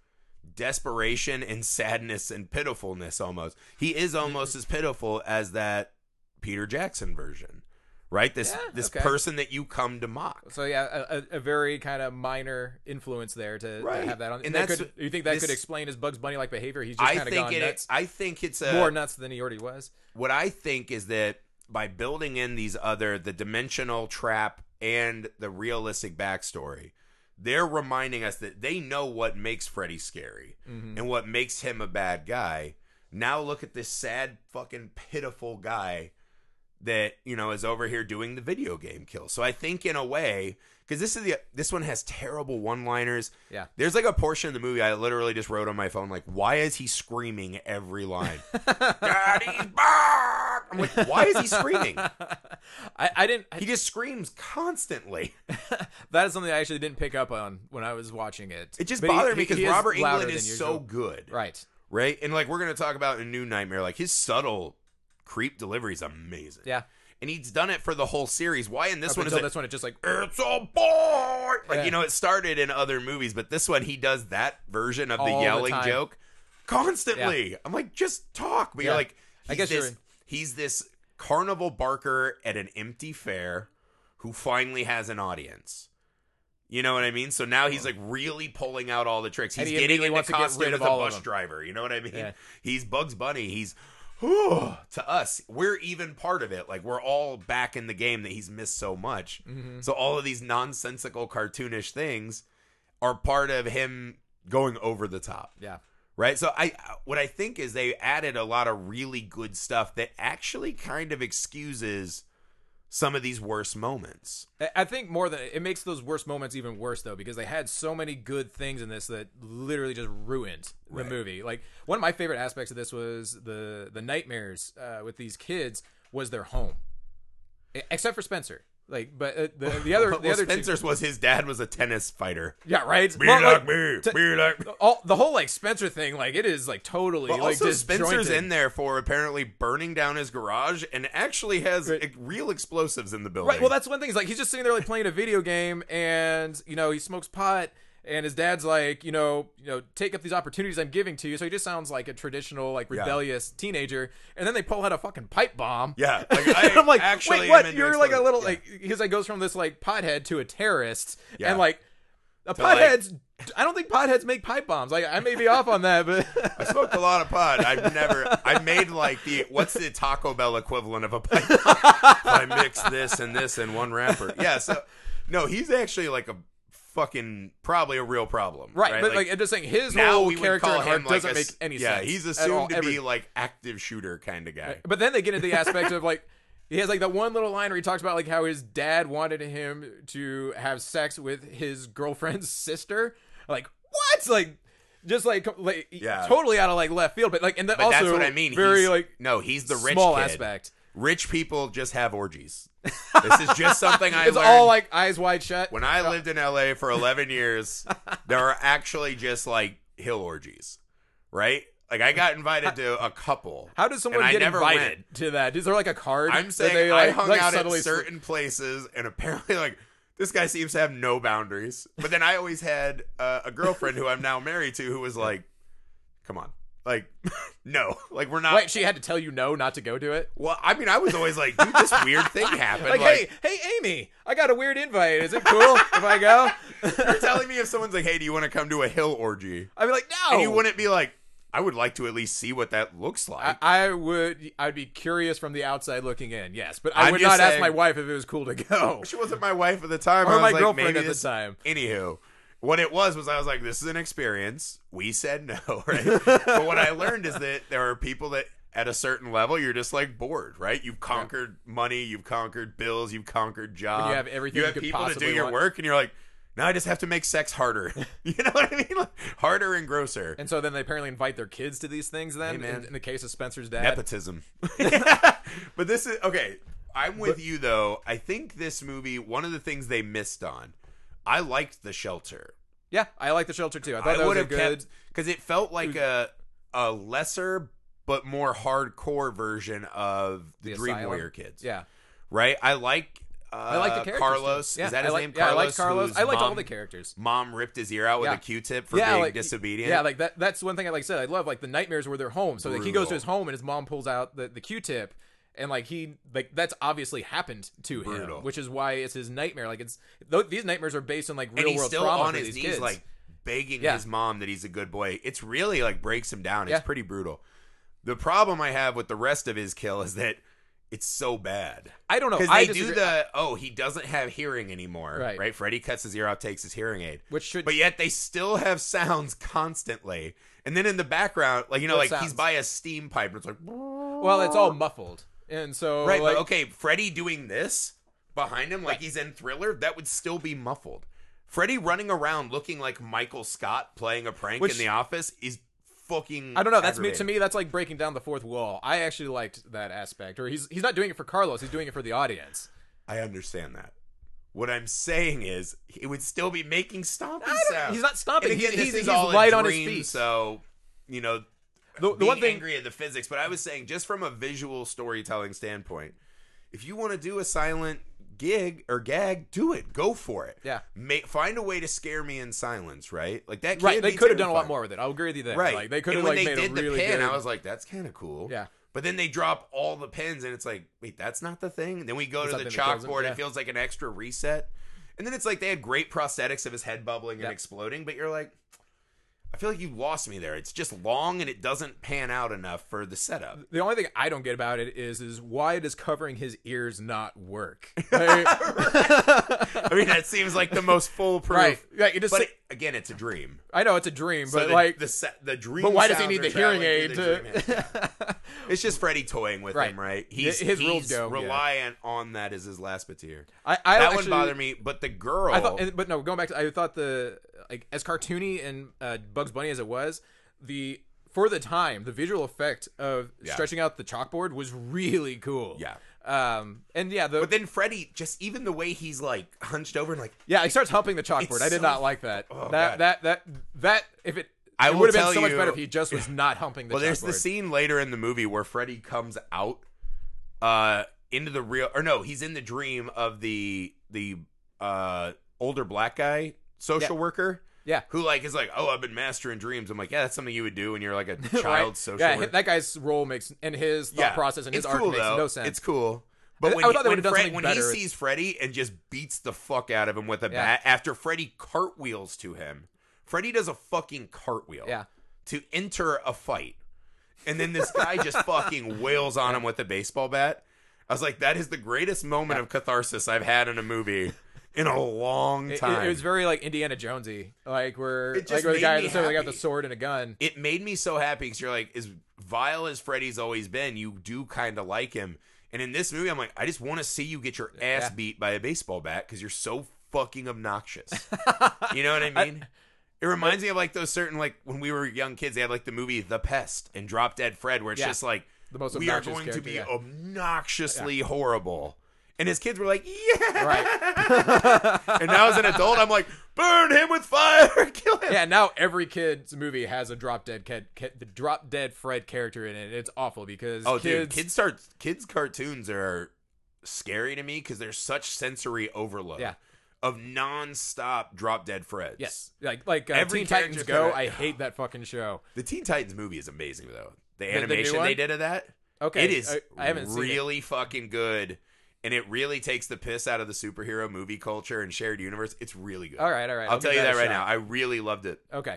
desperation and sadness and pitifulness almost. He is almost as pitiful as that Peter Jackson version. Right? This
Yeah,
this
okay.
person that you come to mock.
So yeah, a, a- a very kind of minor influence there to, to
Right.
have that on.
And
And that
that's-
could you think that could
this-
explain his Bugs Bunny like behavior? He's just
I
kind of
think
gone
it
nuts,
I uh, think it's a
more nuts than he already was.
what I think is that by building in these other the dimensional trap and the realistic backstory, they're reminding us that they know what makes Freddy scary and what makes him a bad guy. Now look at this sad fucking pitiful guy that, you know, is over here doing the video game kill. So I think in a way, cuz this is the this one has terrible one-liners.
Yeah.
There's like a portion of the movie I literally just wrote on my phone, like, why is he screaming every line? Daddy's back! I'm like, why is he screaming?
I, I didn't. I,
He just screams constantly.
that is something I actually didn't pick up on when I was watching it.
It just
But he-
bothered
he-
me because
he is
Robert
louder
England
than
is
usual.
so good.
right.
Right? And like, we're going to talk about in New Nightmare, like, his subtle creep delivery is amazing.
Yeah.
And he's done it for the whole series. Why in this
Up
one is er
until
it?
this one, it just like
It's a boy! Like,
Yeah.
you know, it started in other movies, but this one, he does that version of
All
the
the
yelling
time.
joke constantly. I'm like, just talk. But you're
Yeah.
like,
I
he's
guess you're
this,
in-
he's this carnival barker at an empty fair who finally has an audience. You know what I mean? So now he's like really pulling out all the tricks. He's
And he
getting
immediately
into
wants to get
costume
rid of
as a
all of
bus
them.
driver. You know what I mean?
Yeah.
He's Bugs Bunny. He's whew, to us, we're even part of it. Like we're all back in the game that he's missed so much.
Mm-hmm.
So all of these nonsensical cartoonish things are part of him going over the top
yeah.
right so i what i think is they added a lot of really good stuff that actually kind of excuses some of these worst moments
I- I think more than it makes those worst moments even worse though because they had so many good things in this that literally just ruined the
Right.
movie. Like one of my favorite aspects of this was the the nightmares uh, with these kids was their home, E- except for Spencer. Like, but uh, the the other
well,
the other two-
spencer's was his dad was a tennis fighter
yeah right.
be
Well,
like
like,
me
to-
be like me
all, the whole like Spencer thing, like it is like totally
but
like
also spencer's
disjointed.
in there for apparently burning down his garage and actually has
Right.
ex- real explosives in the building
Right. Well, that's one thing. Is like he's just sitting there like playing a video game, and you know he smokes pot, and his dad's like, you know, you know, take up these opportunities I'm giving to you. So he just sounds like a traditional like rebellious teenager, and then they pull out a fucking pipe bomb.
yeah like, I
And I'm like,
actually
wait,
am
what?
into
You're like a
explosives.
little
Yeah.
like because like goes from this like pothead to a terrorist,
Yeah.
and like a
like-
potheads. I don't think potheads make pipe bombs. Like I may be off on that, but
I smoked a lot of pot. I've never. I made like the what's the Taco Bell equivalent of a pipe? I mix this and this in one wrapper. Yeah. So no, he's actually like a fucking probably a real problem.
right. But like, I'm just saying his
now
whole
we would
character
call
and
him
arc
like
doesn't
a,
make any
yeah,
sense.
he's
at
assumed
all.
to
Every-
be like active shooter kind of guy.
But then they get into the aspect of like he has like that one little line where he talks about like how his dad wanted him to have sex with his girlfriend's sister. Like what? Like just like like
Yeah.
totally out of like left field. But like and then
But
also
that's what I mean.
Very
he's,
like
no, he's the rich
small
kid.
aspect.
Rich people just have orgies. this is just something I
it's
learned.
all like eyes wide shut.
when I lived in LA for 11 years, there are actually just like hill orgies, right? Like I got invited to a couple.
how does someone
and I
get
never
invited
went.
to that? Is there like a card?
I'm
that
saying
they, like,
I hung
like,
out at
subtly-
certain places, and apparently, like this guy seems to have no boundaries. But then I always had uh, a girlfriend who I'm now married to, who was like, "Come on, like, no, like we're not."
Wait, she had to tell you no not to go to it.
Well, I mean, I was always like, "Dude, this weird thing happened."
Like, hey, hey, Amy, I got a weird invite. Is it cool if I go?
you're telling me if someone's like, "Hey, do you want to come to a hill orgy?"
I'd be like, no.
And you wouldn't be like, I would like to at least see what that looks like.
I, I would. I'd be curious from the outside looking in. Yes, but I
I'm
would
just
not ask
saying-
my wife if it was cool to go
she wasn't my wife at the time. I
or
was
my
like,
girlfriend
maybe
at the
this-
time.
Anywho, What it was was I was like, this is an experience. We said no, right? but what I learned is that there are people that at a certain level you're just like bored, right? You've conquered money, you've conquered bills, you've conquered jobs.
have everything you could
people to do
possibly
your
want.
work, and you're like, now I just have to make sex harder. you know what I mean? Like, harder and grosser.
And so then they apparently invite their kids to these things. Then,
Hey, man.
in, in the case of Spencer's dad,
nepotism. But this is okay. I'm with you though. I think this movie, one of the things they missed on, I liked the shelter.
yeah, I like the shelter too. I thought
I
that
would
was a
have
good.
kept because it felt like a a lesser but more hardcore version of the,
The
Dream
Asylum.
Warrior kids.
yeah,
right. I like. Uh,
I like the characters.
Carlos.
too. Yeah,
is that
I
his
like,
name?
Yeah, I liked Carlos.
whose
I liked all
mom-
the characters.
Mom ripped his ear out with
Yeah.
a Q-tip for being disobedient.
Yeah, like that. That's one thing I like said. I love like the nightmares where they're home. So like he
Brutal.
goes to his home and his mom pulls out the, the Q-tip, and like he like that's obviously happened to
Brutal.
him, which is why it's his nightmare. Like it's th- these nightmares are based on like real
and he's
world
still
trauma
on
for
his
these
knees,
kids.
like begging
Yeah.
his mom that he's a good boy. It's really like breaks him down. It's
Yeah.
pretty brutal. The problem I have with the rest of his kill is that it's so bad
I don't know.
because
I
they do
disagree-
the oh he doesn't have hearing anymore.
Right.
right. Freddy cuts his ear out, takes his hearing aid.
which should
But yet they still have sounds constantly. And then in the background, like you know,
What
like he's
sounds?
by a steam pipe, and it's like
well, it's all muffled, and so
right.
like,
but okay, Freddy doing this behind him, like he's in Thriller, that would still be muffled. Freddy running around looking like Michael Scott playing a prank
Which-
in The Office is fucking.
I don't know. That's me. To
aggravating.
me, that's like breaking down the fourth wall. I actually liked that aspect. Or he's he's not doing it for Carlos. He's doing it for the audience.
I understand that. What I'm saying is, it would still be making stomping
I don't-
sounds.
he's not stomping.
And again,
He's-
this
he's-
is
he's
all a
light on his
dream,
feet.
So, you know,
The, the
being
one thing.
angry at the physics, but I was saying just from a visual storytelling standpoint, if you want to do a silent gig or gag, do it. Go for it.
Yeah.
Make, find a way to scare me in silence, right? Like that.
Right,
can
they
be
could have done a lot
terrifying.
more with it. I'll agree with you there.
Right.
Like they could
And
have
when
like
they
made
did
a
the
really
pin,
good.
I was like, that's kind of cool.
Yeah.
But then they drop all the pins, and it's like, wait, that's not the thing. And then we go
That's
to the
not the thing that kills him,
chalkboard.
yeah.
It feels like an extra reset. And then it's like they had great prosthetics of his head bubbling
Yeah.
and exploding, but you're like, I feel like you lost me there. It's just long and it doesn't pan out enough for the setup.
the only thing I don't get about it is is why does covering his ears not work? Like,
I mean, that seems like the most foolproof.
right. Like it just
But it- again, it's a dream.
I know it's a dream,
So
but
the,
like
the se- the dream.
but why does he
sounds
need
are
the hearing
traveling
aid
through the dream.
to
It's just Freddy toying with
Right.
him, right?
Yeah,
He's
his rules
he's
go, yeah.
reliant on that as his last batir.
I, I
that
actually,
one bothered me, but the girl.
I thought, and- but no, going back to, I thought the like as cartoony and uh, Bugs Bunny as it was, the for the time, the visual effect of
Yeah.
stretching out the chalkboard was really cool.
Yeah.
Um. And yeah, the
but then Freddy, just even the way he's like hunched over and like,
yeah, he starts humping the chalkboard.
It's
I did
so
not like that.
Oh, God.
that that that that if it.
I
it
will
would have
tell
been so much
you-
better if he just was not humping the
well, there's
chalkboard.
the scene later in the movie where Freddy comes out, uh, into the real, or no, he's in the dream of the the uh older black guy social worker.
Yeah.
who like is like, oh, I've been mastering dreams. I'm like, yeah, that's something you would do when you're like a child
Right?
social
Yeah,
worker.
that guy's role makes and his thought process and his
it's
art
cool,
makes
though.
no sense.
It's cool. But
I
when,
thought
he, when,
they would've done
Fred,
something
when he
better.
sees Freddy and just beats the fuck out of him with a
Yeah.
bat after Freddy cartwheels to him, Freddy does a fucking cartwheel
Yeah.
to enter a fight. And then this guy just fucking wails on him with a baseball bat. I was like, that is the greatest moment of catharsis I've had in a movie in a long
It-
time.
It, it was very like Indiana Jonesy, like where
It just
like where the
made
guy
me
at the start, like, got the
happy.
sword and a gun.
it made me so happy because you're like, as vile as Freddy's always been, you do kind of like him. And in this movie, I'm like, I just want to see you get your ass
Yeah.
beat by a baseball bat because you're so fucking obnoxious. you know what I mean? it reminds me of like those certain like when we were young kids, they had like the movie The Pest and Drop Dead Fred, where it's
Yeah.
just like
The most
we are
obnoxious
going to
character,
be
yeah.
obnoxiously horrible. And his kids were like, yeah.
Right.
And now as an adult, I'm like, burn him with fire, kill him.
yeah. Now every kid's movie has a drop dead kid, kid the drop dead Fred character in it. It's awful because
Oh,
kids,
dude, kids start kids cartoons are scary to me because there's such sensory overload.
Yeah.
Of nonstop drop dead Freds.
yes, like like uh,
Every
Teen Titans
character
Go.
kinda-
I hate that fucking show.
The Teen Titans movie is amazing though. The
the new
animation
one?
they did of that.
Okay,
It is
I, I haven't seen it.
really fucking good. And it really takes the piss out of the superhero movie culture and shared universe. It's really good.
All right, all right.
I'll
I'll
tell
give
you that
that a
right
shot.
now. I really loved it.
Okay,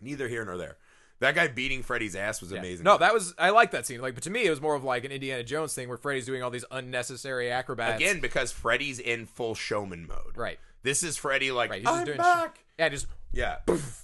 Neither here nor there. That guy beating Freddy's ass was amazing.
No, that was I like that scene. Like, but to me, it was more of like an Indiana Jones thing where Freddy's doing all these unnecessary acrobats.
again because Freddy's in full showman mode.
right?
This is Freddy like
Right, he's just
I'm
doing sh-
back.
Yeah, just
yeah,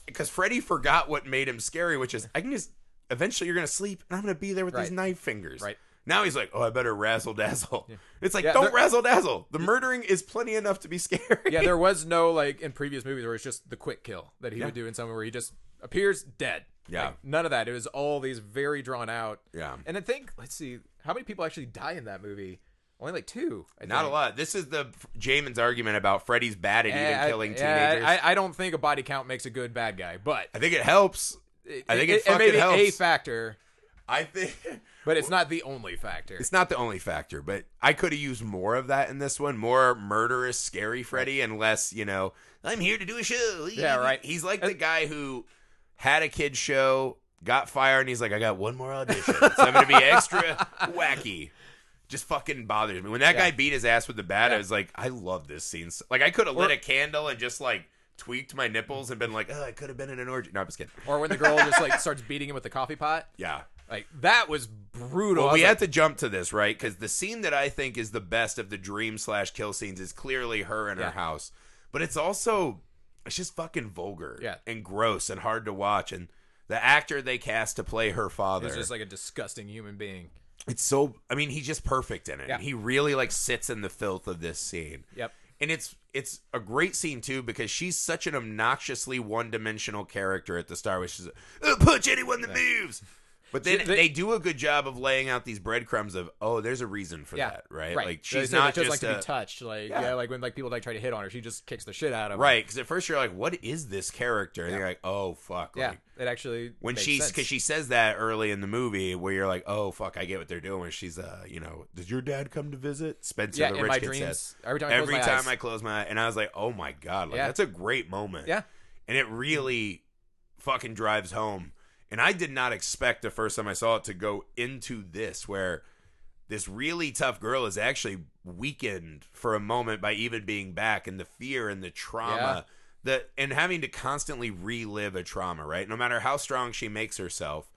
because Freddy forgot what made him scary, which is I can just eventually you're gonna sleep and I'm gonna be there with these
Right.
knife fingers.
Right.
Now he's like, oh, I better razzle dazzle. It's like,
Yeah,
don't
there-
razzle dazzle. The murdering is plenty enough to be scary.
yeah. There was no like in previous movies where it's just the quick kill that he would do in someone where he just appears dead.
Yeah.
Like, none of that. It was all these very drawn out.
Yeah.
and I think let's see how many people actually die in that movie. Only like two. I
Not a
think.
lot. This is the Jamin's argument about Freddy's bad at
Yeah,
even
I-
killing
yeah,
teenagers. I,
I, I don't think a body count makes a good bad guy, but
think it helps.
it,
I think it
it, may
fucking
be a
helps.
factor,
I think
but it's not the only factor.
it's not the only factor, but I could have used more of that in this one. More murderous, scary Freddy, and less, you know, I'm here to do a show.
Yeah, right.
He's like the guy who had a kid show, got fired, and he's like, I got one more audition, so I'm going to be extra wacky. Just fucking bothers me. When that
Yeah.
guy beat his ass with the bat,
Yeah.
I was like, I love this scene. so- Like, I could have lit a candle and just like tweaked my nipples and been like, oh, I could have been in an orgy. No, I'm just kidding.
Or when the girl just like starts beating him with the coffee pot.
Yeah.
Like that was brutal.
Well,
I was
we
like,
have to jump to this, right? Because the scene that I think is the best of the dream slash kill scenes is clearly her in
Yeah.
her house, but it's also it's just fucking vulgar,
Yeah.
and gross and hard to watch. And the actor they cast to play her father,
He's just like a disgusting human being.
it's so. I mean, he's just perfect in it.
Yeah.
He really like sits in the filth of this scene.
Yep.
And it's it's a great scene too because she's such an obnoxiously one dimensional character at the start, which is "Uh, punch anyone that moves. But then
She-
they,
they-
do a good job of laying out these breadcrumbs of oh, there's a reason for
Yeah.
that, right?
Right.
Like
So they
she's
say they
not just,
just, like to be
a,
touched. Like
Yeah.
yeah. like when like people like try to hit on her, she just kicks the shit out of them.
right because at first you're like, what is this character? And you're like, oh fuck,
Yeah.
like,
It actually
when
makes
she's
sense.
because she says that early in the movie where you're like oh fuck i get what they're doing she's uh you know does your dad come to visit spencer
yeah
the
in
rich
my
kid
dreams
says
every time I
every
close my
time
eyes.
i close my eye and i was like oh my god like
Yeah.
that's a great moment
Yeah.
and it really fucking drives home and i did not expect the first time i saw it to go into this where this really tough girl is actually weakened for a moment by even being back and the fear and the trauma the and having to constantly relive a trauma right no matter how strong she makes herself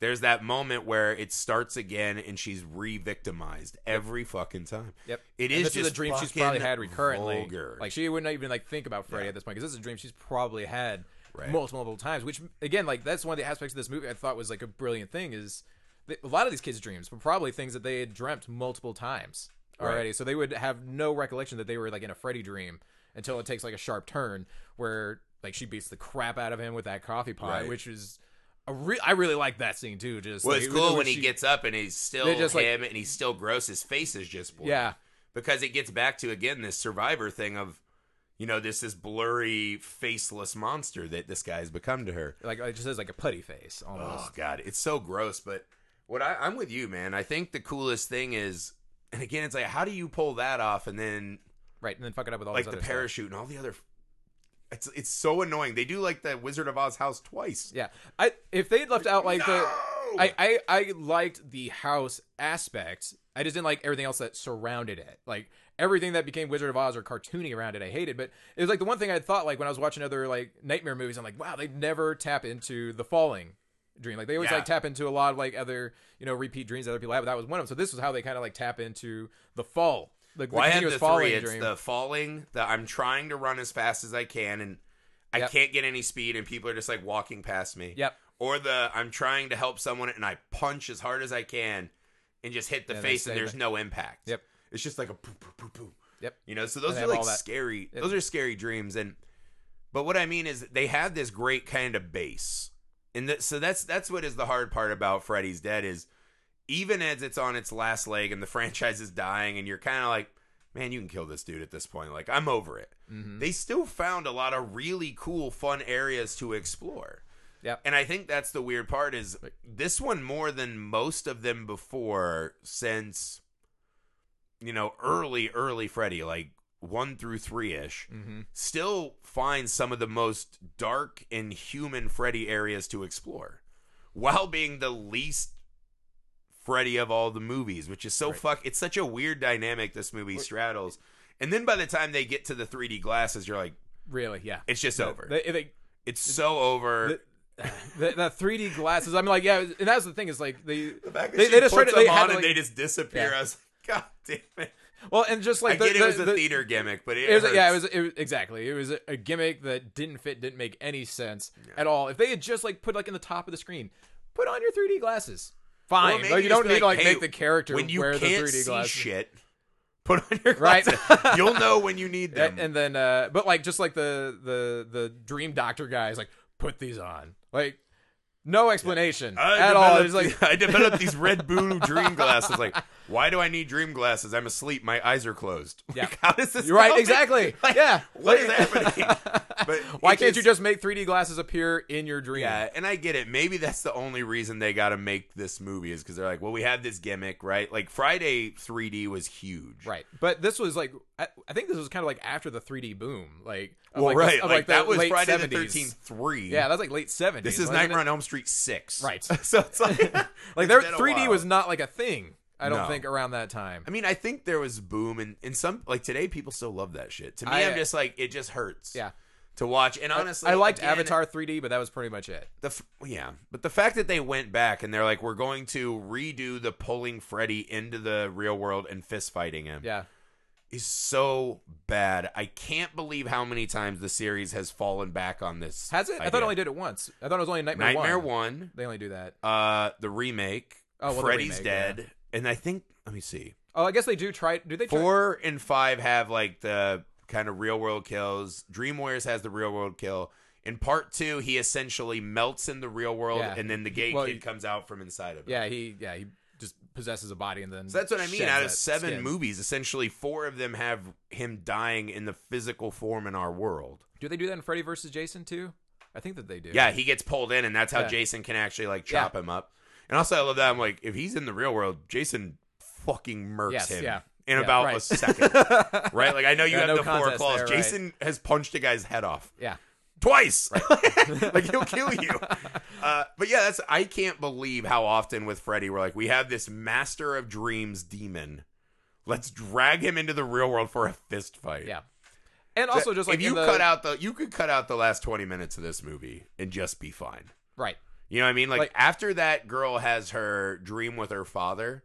there's that moment where it starts again and she's re-victimized every fucking time
Yep.
It
It
is
is this
just
is a dream she's probably
fucking
had recurrently.
vulgar.
Like she wouldn't even like think about Freddy at this point because this is a dream she's probably had
Right.
multiple, multiple times. Which again, like that's one of the aspects of this movie I thought was like a brilliant thing is that a lot of these kids' dreams were probably things that they had dreamt multiple times already, so they would have no recollection that they were like in a Freddy dream until it takes like a sharp turn where like she beats the crap out of him with that coffee pot,
Right.
which is. A re- I really like that scene too. Just
well
like,
it's cool when
she-
he gets up and he's still
They're just like-
him and he's still gross his face is just blurred.
yeah,
because it gets back to again this survivor thing of you know this this blurry faceless monster that this guy's become to her
like it just has like a putty face almost.
oh god it's so gross but what I, i'm with you man i think the coolest thing is and again it's like how do you pull that off and then
Right, and then fuck it up with all
like
this
the
other stuff.
parachute and all the other it's it's so annoying they do like the wizard of oz house twice
Yeah, I if they'd left out like the
No!
I, I I liked the house aspect. I just didn't like everything else that surrounded it. Like everything that became Wizard of Oz or cartoony around it, I hated. But it was like the one thing I thought like when I was watching other like nightmare movies, I'm like, wow, they never tap into the falling dream. Like they always
Yeah.
like tap into a lot of like other you know repeat dreams that other people have. But that was one of them. So this was how they kind of like tap into the fall. Like,
Well, I have
continuous
the
falling
three. It's
dream.
the falling. The I'm trying to run as fast as I can, and I
Yep.
can't get any speed, and people are just like walking past me.
Yep.
Or the I'm trying to help someone, and I punch as hard as I can, and just hit the
And they
face, and
say
there's
that-
no impact.
Yep.
It's just like a poo poo poo poo.
Yep.
You know, so those
And
are
they have
like
all that.
scary.
Yeah.
Those are scary dreams, and but what I mean is they have this great kind of base, and that so that's that's what is the hard part about Freddy's Dead is even as it's on its last leg and the franchise is dying, and you're kind of like, man, you can kill this dude at this point. Like I'm over it.
Mm-hmm.
They still found a lot of really cool, fun areas to explore.
Yep.
And I think that's the weird part is this one more than most of them before since you know early early Freddy like 1 through 3 ish
mm-hmm.
still finds some of the most dark and human Freddy areas to explore while being the least Freddy of all the movies, which is so
Right.
fuck. It's such a weird dynamic this movie straddles. And then by the time they get to the 3D glasses, you're like,
Really, yeah.
it's just over.
They- they-
it's so over.
The- that, that 3D glasses. I'm like, yeah, and that's the thing is like they,
The fact that
They-
she
they just
puts
tried to- they
them
had
on
to,
and they
like-
just disappear.
Yeah.
I was like, God damn it!
well, and just like
I
the,
get
the-
it was a
the-
theater gimmick, but it,
It was, yeah, it
hurts.
was it, was- exactly. It was a, a gimmick that didn't fit, didn't make any sense at all. If they had just like put like in the top of the screen, put on your 3D glasses. Fine,
maybe
but you
just
don't
be
need to like
hey,
make the character
when you
wear the
can't
3D
see
glasses.
Shit, put on your
Right.
glasses. You'll know when you need them.
And, and then, uh, but like just like the the the dream doctor guy is like, put these on. Like, no explanation
I
at all. It's
developed-
like
I developed these red blue dream glasses. Like, why do I need dream glasses? I'm asleep. My eyes are closed.
Yeah.
Like, how does this?
You're right,
help me?
exactly.
Like,
Yeah.
What is happening? But
why
it
can't you just make 3D glasses appear in your dream?
Yeah, and I get it. Maybe that's the only reason they got to make this movie is because they're like, well, we had this gimmick, right? Like Friday 3D was huge,
Right, but this was like I, I think this was kind of like after the 3D boom, like of,
Well,
like,
right.
of,
Like,
the
that was
late
Friday
70s.
the 13th three.
Yeah, that's like late 70s.
This is
wasn't
Nightmare
it?
on Elm Street six.
Right.
so it's like,
Like
it's
there,
been a
3D
while.
was not like a thing. I don't
No.
think around that time.
I mean, I think there was boom, and in some like today, people still love that shit. To me, I,
I-
am just like it just hurts.
Yeah.
To watch, and honestly,
I liked
again,
Avatar 3D, but that was pretty much it.
The f- yeah, but the fact that they went back and they're like, we're going to redo the pulling Freddy into the real world and fist fighting him
Yeah,
is so bad. I can't believe how many times the series has fallen back on this.
has it? I, thought
idea.
it only did it once. I thought it was only Nightmare,
Nightmare
One.
One,
They only do that.
uh, the remake,
Oh, well, the
Freddy's
remake, yeah.
Dead, and I think let me see.
Oh, I guess they do try. Do they? Try,
Four and five have like the kind of real world kills. Dream Warriors has the real world kill. In part two, he essentially melts in the real world,
Yeah.
and then the gay
Well,
kid
he-
comes out from inside of it.
Yeah, he. Yeah, he just possesses a body and then.
So that's what I mean.
sheds
Out of
that
seven
skin.
movies, essentially four of them have him dying in the physical form in our world.
do they do that in Freddy versus Jason too? I think that they do.
Yeah, he gets pulled in, and that's how
Yeah.
Jason can actually like chop him up. And also, I love that I'm like, if he's in the real world, Jason fucking murks
Yes,
him
yeah.
in
Yeah,
about a
right.
second. right? Like I know you
Yeah,
have
no
the four
contest
claws.
there, right.
Jason has punched a guy's head off
yeah.
twice. like he'll kill you. Uh, but yeah, that's I can't believe how often with Freddy we're like, we have this master of dreams demon. Let's drag him into the real world for a fist fight.
Yeah. And also, just like
if you
in the,
cut out the you could cut out the last twenty minutes of this movie and just be fine.
right,
You know what I mean? Like,
Like-
after that girl has her dream with her father,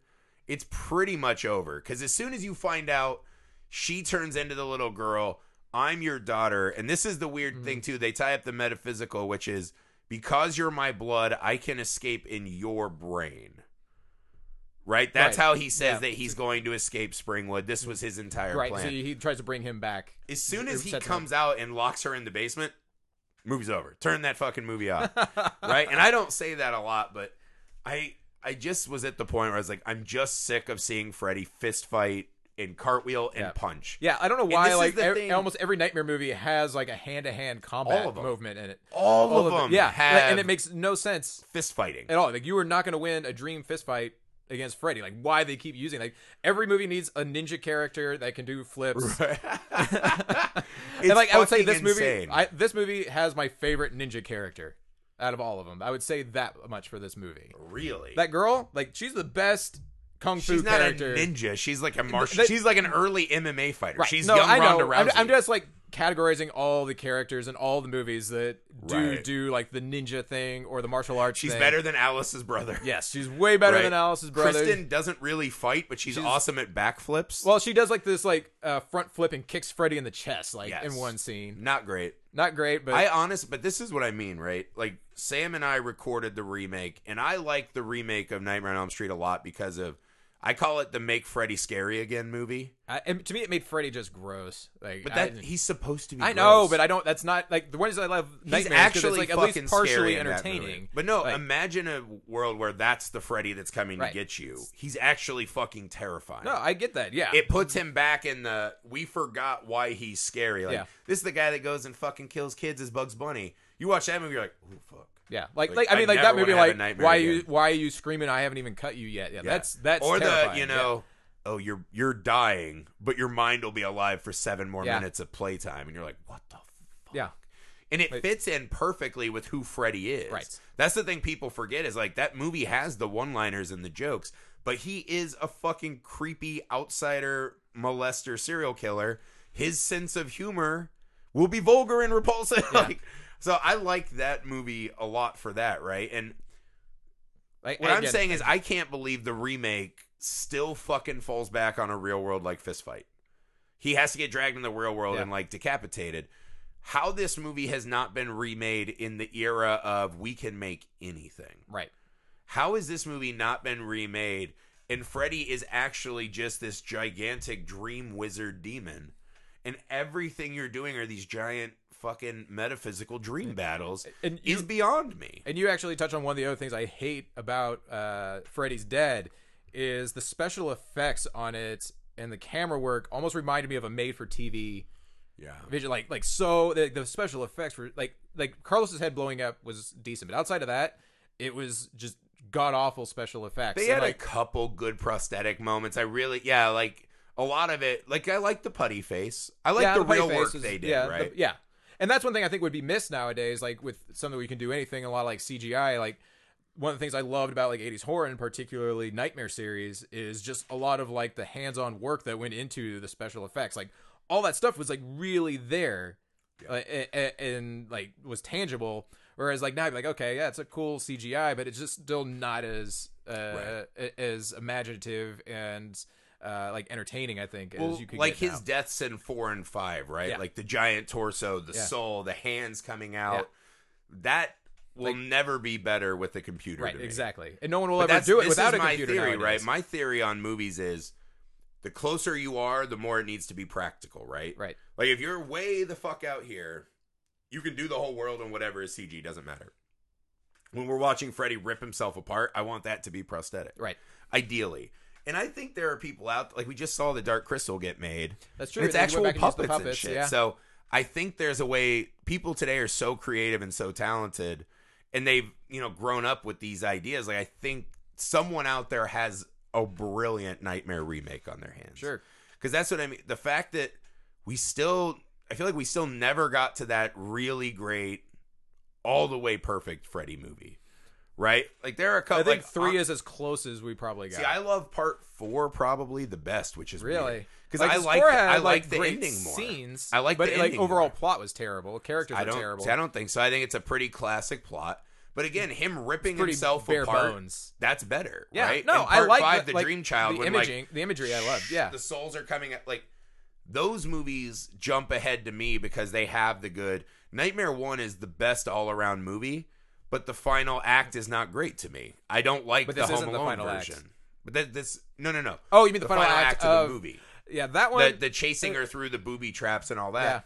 it's pretty much over. Because as soon as you find out she turns into the little girl, I'm your daughter, and this is the weird
Mm-hmm.
thing too. They tie up the metaphysical, which is because you're my blood, I can escape in your brain. Right? That's
Right.
how he says
Yeah.
that he's going to escape Springwood. This was his entire
right.
plan.
So he tries to bring him back.
As soon
Or
as he
sets him
comes out and locks her in the basement, movie's over. Turn that fucking movie off. right? And I don't say that a lot, but I I just was at the point where I was like, I'm just sick of seeing Freddy fist fight and cartwheel and
Yeah.
punch.
Yeah, I don't know why.
this is
Like
the
e-
thing-
almost every nightmare movie has like a hand-to-hand combat
All of 'em.
movement in it.
All, of,
it.
them
yeah, like,
have
and it makes no sense
fist fighting.
at all. Like you are not going to win a dream fist fight against Freddy. Like why they keep using like every movie needs a ninja character that can do flips.
It's
and like I would say
fucking
this movie,
insane.
I, this movie has my favorite ninja character out of all of them. I would say that much for this movie.
really.
That girl, like she's the best kung fu
She's not
character.
a ninja. She's like a martial.
That-
she's like an early MMA fighter.
Right.
She's
no,
young
I know.
Ronda
I'm,
Rousey.
I'm just like categorizing all the characters and all the movies that do
Right.
do like the ninja thing or the martial arts.
she's
thing.
better than Alice's brother.
Yes, she's way better
Right.
than Alice's brother.
Kristen doesn't really fight, but she's,
She's-
awesome at backflips.
Well, she does like this like uh, front flip and kicks Freddy in the chest like
Yes.
in one scene.
not great.
Not great, but
I honest, but this is what I mean, right? Like Sam and I recorded the remake, and I like the remake of Nightmare on Elm Street a lot because of I call it the Make Freddy Scary Again movie.
I, and to me it made Freddy just gross. Like
But
I
that
didn't-
he's supposed to be.
I know,
gross.
but I don't. That's not like the ones that I love.
he's
Nightmares, 'cause
actually
it's, like, at
fucking
least partially
scary in that movie.
entertaining.
But no, um,
Like,
imagine a world where that's the Freddy that's coming to
Right.
get you. He's actually fucking terrifying.
no, I get that. Yeah,
it puts him back in the we forgot why he's scary. Like
Yeah.
this is the guy that goes and fucking kills kids as Bugs Bunny. You watch that movie, you're like, oh fuck.
Yeah, like,
Like,
like,
I
I mean, like
never
that
wanna have
movie,
a
like
nightmare
why
again.
you why are you screaming? I haven't even cut you yet. Yeah,
Yeah.
that's that's
or
terrifying.
the you know oh you're you're dying but your mind will be alive for seven more
Yeah.
minutes of playtime and you're like what the fuck?
yeah,
and it fits in perfectly with who Freddy is
Right.
that's the thing people forget is like that movie has the one liners and the jokes but he is a fucking creepy outsider molester serial killer his sense of humor will be vulgar and repulsive like So I like that movie a lot for that, right? And
Like
what I'm
again,
saying is I can't believe the remake still fucking falls back on a real world like fist fight. He has to get dragged in the real world
Yeah.
and like decapitated. How this movie has not been remade in the era of we can make anything.
right.
How has this movie not been remade? And Freddy is actually just this gigantic dream wizard demon. And everything you're doing are these giant fucking metaphysical dream battles
And you,
is beyond me.
and you actually touch on one of the other things I hate about uh, Freddy's Dead is the special effects on it and the camera work almost reminded me of a made-for-TV
Yeah.
vision like like so the, the special effects were like like carlos's head blowing up was decent but outside of that it was just god awful special effects
They
And,
had a
like
couple good prosthetic moments. I really, yeah, like a lot of it. Like I like the putty face. I like
yeah,
the,
the
real
putty face
work
was-
they did.
yeah, the-
right?
yeah and that's one thing i think would be missed nowadays like with something we can do anything a lot of, like cgi like one of the things i loved about like 80s horror and particularly nightmare series is just a lot of like the hands-on work that went into the special effects like all that stuff was like really there
Yeah.
like, a- a- and like was tangible whereas like now you're like okay yeah it's a cool cgi but it's just still not as uh, a- as imaginative and uh, like entertaining i think
Well,
as you could
like
get
his
now.
deaths in four and five, right?
Yeah.
Like the giant torso, the
Yeah.
soul, the hands coming out. That will
Like-
never be better with the computer.
right
to me.
exactly and no one will
But
ever
that's
do it
this
without
is
a
my
computer
theory, right?
nowadays.
My theory on movies is the closer you are, the more it needs to be practical, right?
right
Like if you're way the fuck out here, you can do the whole world and whatever is CG doesn't matter. When we're watching Freddy rip himself apart, I want that to be prosthetic,
right
ideally. And I think there are people out like we just saw the Dark Crystal get made.
that's true
And it's
They went
actual
back and used the
puppets, and shit.
yeah.
So I think there's a way people today are so creative and so talented, and they've you know grown up with these ideas. Like I think someone out there has a brilliant nightmare remake on their hands
sure
because that's what I mean. The fact that we still, I feel like we still never got to that really great, all the way perfect Freddy movie, right? Like there are a couple.
i think
like,
three
uh,
is as close as we probably got
See, I love part four probably the best, which is
really
because
Like,
I
the
like
score
the,
had,
I like, the
great
ending more.
scenes
I like
but
the
like
ending
overall
more.
plot was terrible characters
I
were
don't.
terrible
See, I don't think so. I think it's a pretty classic plot. But again, him ripping
pretty
himself
bare
apart.
bones
That's better,
yeah
right?
no
In
i
part
like
five, the
like,
Dream Child.
the
when, like,
imaging the imagery i loved yeah
the souls are coming at like those movies jump ahead to me because they have the good nightmare one is the best all-around movie but the final act is not great to me i don't like
But
the
this
home
isn't the
alone
final act.
version but that, this no no no
oh you mean
the,
the,
final, act, of the movie
yeah that one
the, the chasing her through the booby traps and all that
Yeah. uh,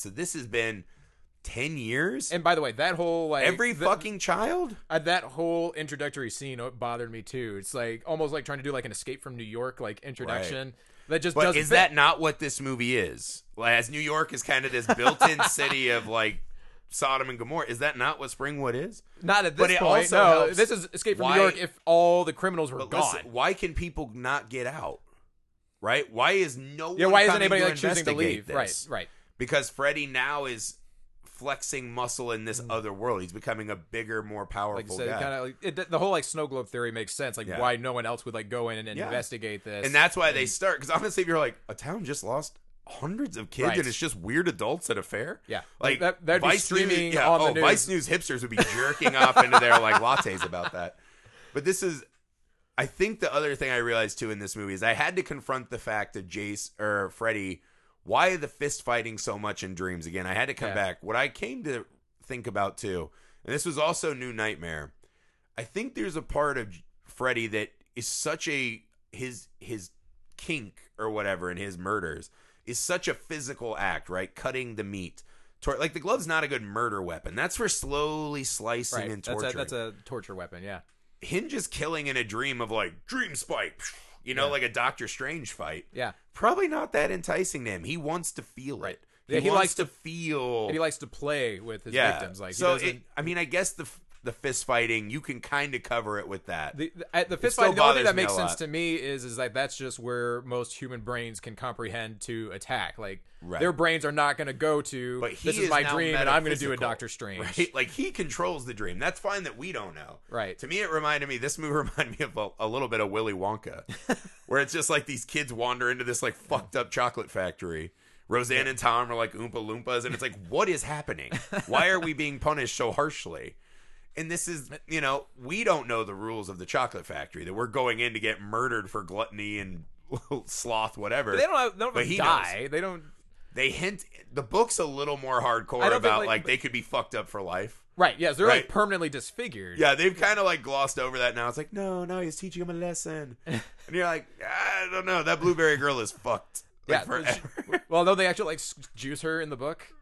uh, oh,
right? Why is no
Yeah,
one
why is
coming
anybody
to
like choosing to
investigate
leave?
this?
Right, right.
Because Freddy now is flexing muscle in this other world. He's becoming a bigger, more
Mm. Like you
powerful
said,
guy.
kind of like it, the whole like snow globe theory makes sense. Like
Yeah.
why no one else would like go in and, and
Yeah.
investigate this.
and that's why they start because honestly, if you're like a town just lost hundreds of kids
Right.
and it's just weird adults at a fair,
Yeah.
like
That- that'd be
Vice
streaming
News, yeah,
on the
oh,
news.
Vice News hipsters would be jerking off into their like lattes about that. But this is, I think the other thing I realized too in this movie is I had to confront the fact that Jace or Freddy, why the fist fighting so much in dreams again? I had to come
Yeah.
back. What I came to think about too, and this was also New Nightmare. I think there's a part of Freddy that is such a his his kink or whatever in his murders is such a physical act, right? Cutting the meat, Tor- like the glove's not a good murder weapon. That's for slowly slicing
right.
and
that's
torturing.
a, that's a torture weapon. Yeah.
Hinge is killing in a dream of like dream spike, you know, like a Doctor Strange fight.
Yeah.
Probably not that enticing to him. He wants to feel
Right.
it.
Yeah, he
wants
likes
to feel.
And he likes to play with his
yeah.
victims. Like
so,
he
it,
doesn't.
I mean, I guess the f- the fist fighting you can kind of cover it with that.
The, the, at the fist
still
fight, the only
bothers
thing that
me
makes
a
sense
lot.
to me is is like that's just where most human brains can comprehend to attack. Like
Right.
their brains are not going to go to.
but he
this is my
now
dream, and I'm going to do a
metaphysical,
Doctor Strange.
Right? Like he controls the dream. That's fine that we don't know.
Right.
To me, it reminded me. This movie reminded me of a, a little bit of Willy Wonka, where it's just like these kids wander into this like fucked up chocolate factory. Roseanne and Tom are like Oompa Loompas, and it's like, what is happening? Why are we being punished so harshly? And this is, you know, we don't know the rules of the chocolate factory that we're going in to get murdered for gluttony and sloth, whatever.
They don't. Have, they don't
But he
die. They don't.
They hint the book's a little more hardcore
I
about
don't think,
like,
like-
they could be fucked up for life.
Right. Yes. They're
Right.
like permanently disfigured.
Yeah, they've kind of like glossed over that now. It's like, no, no, he's teaching him a lesson, and you're like, I don't know, that blueberry girl is fucked. Like,
Yeah.
forever.
Well, don't they actually like s- juice her in the book?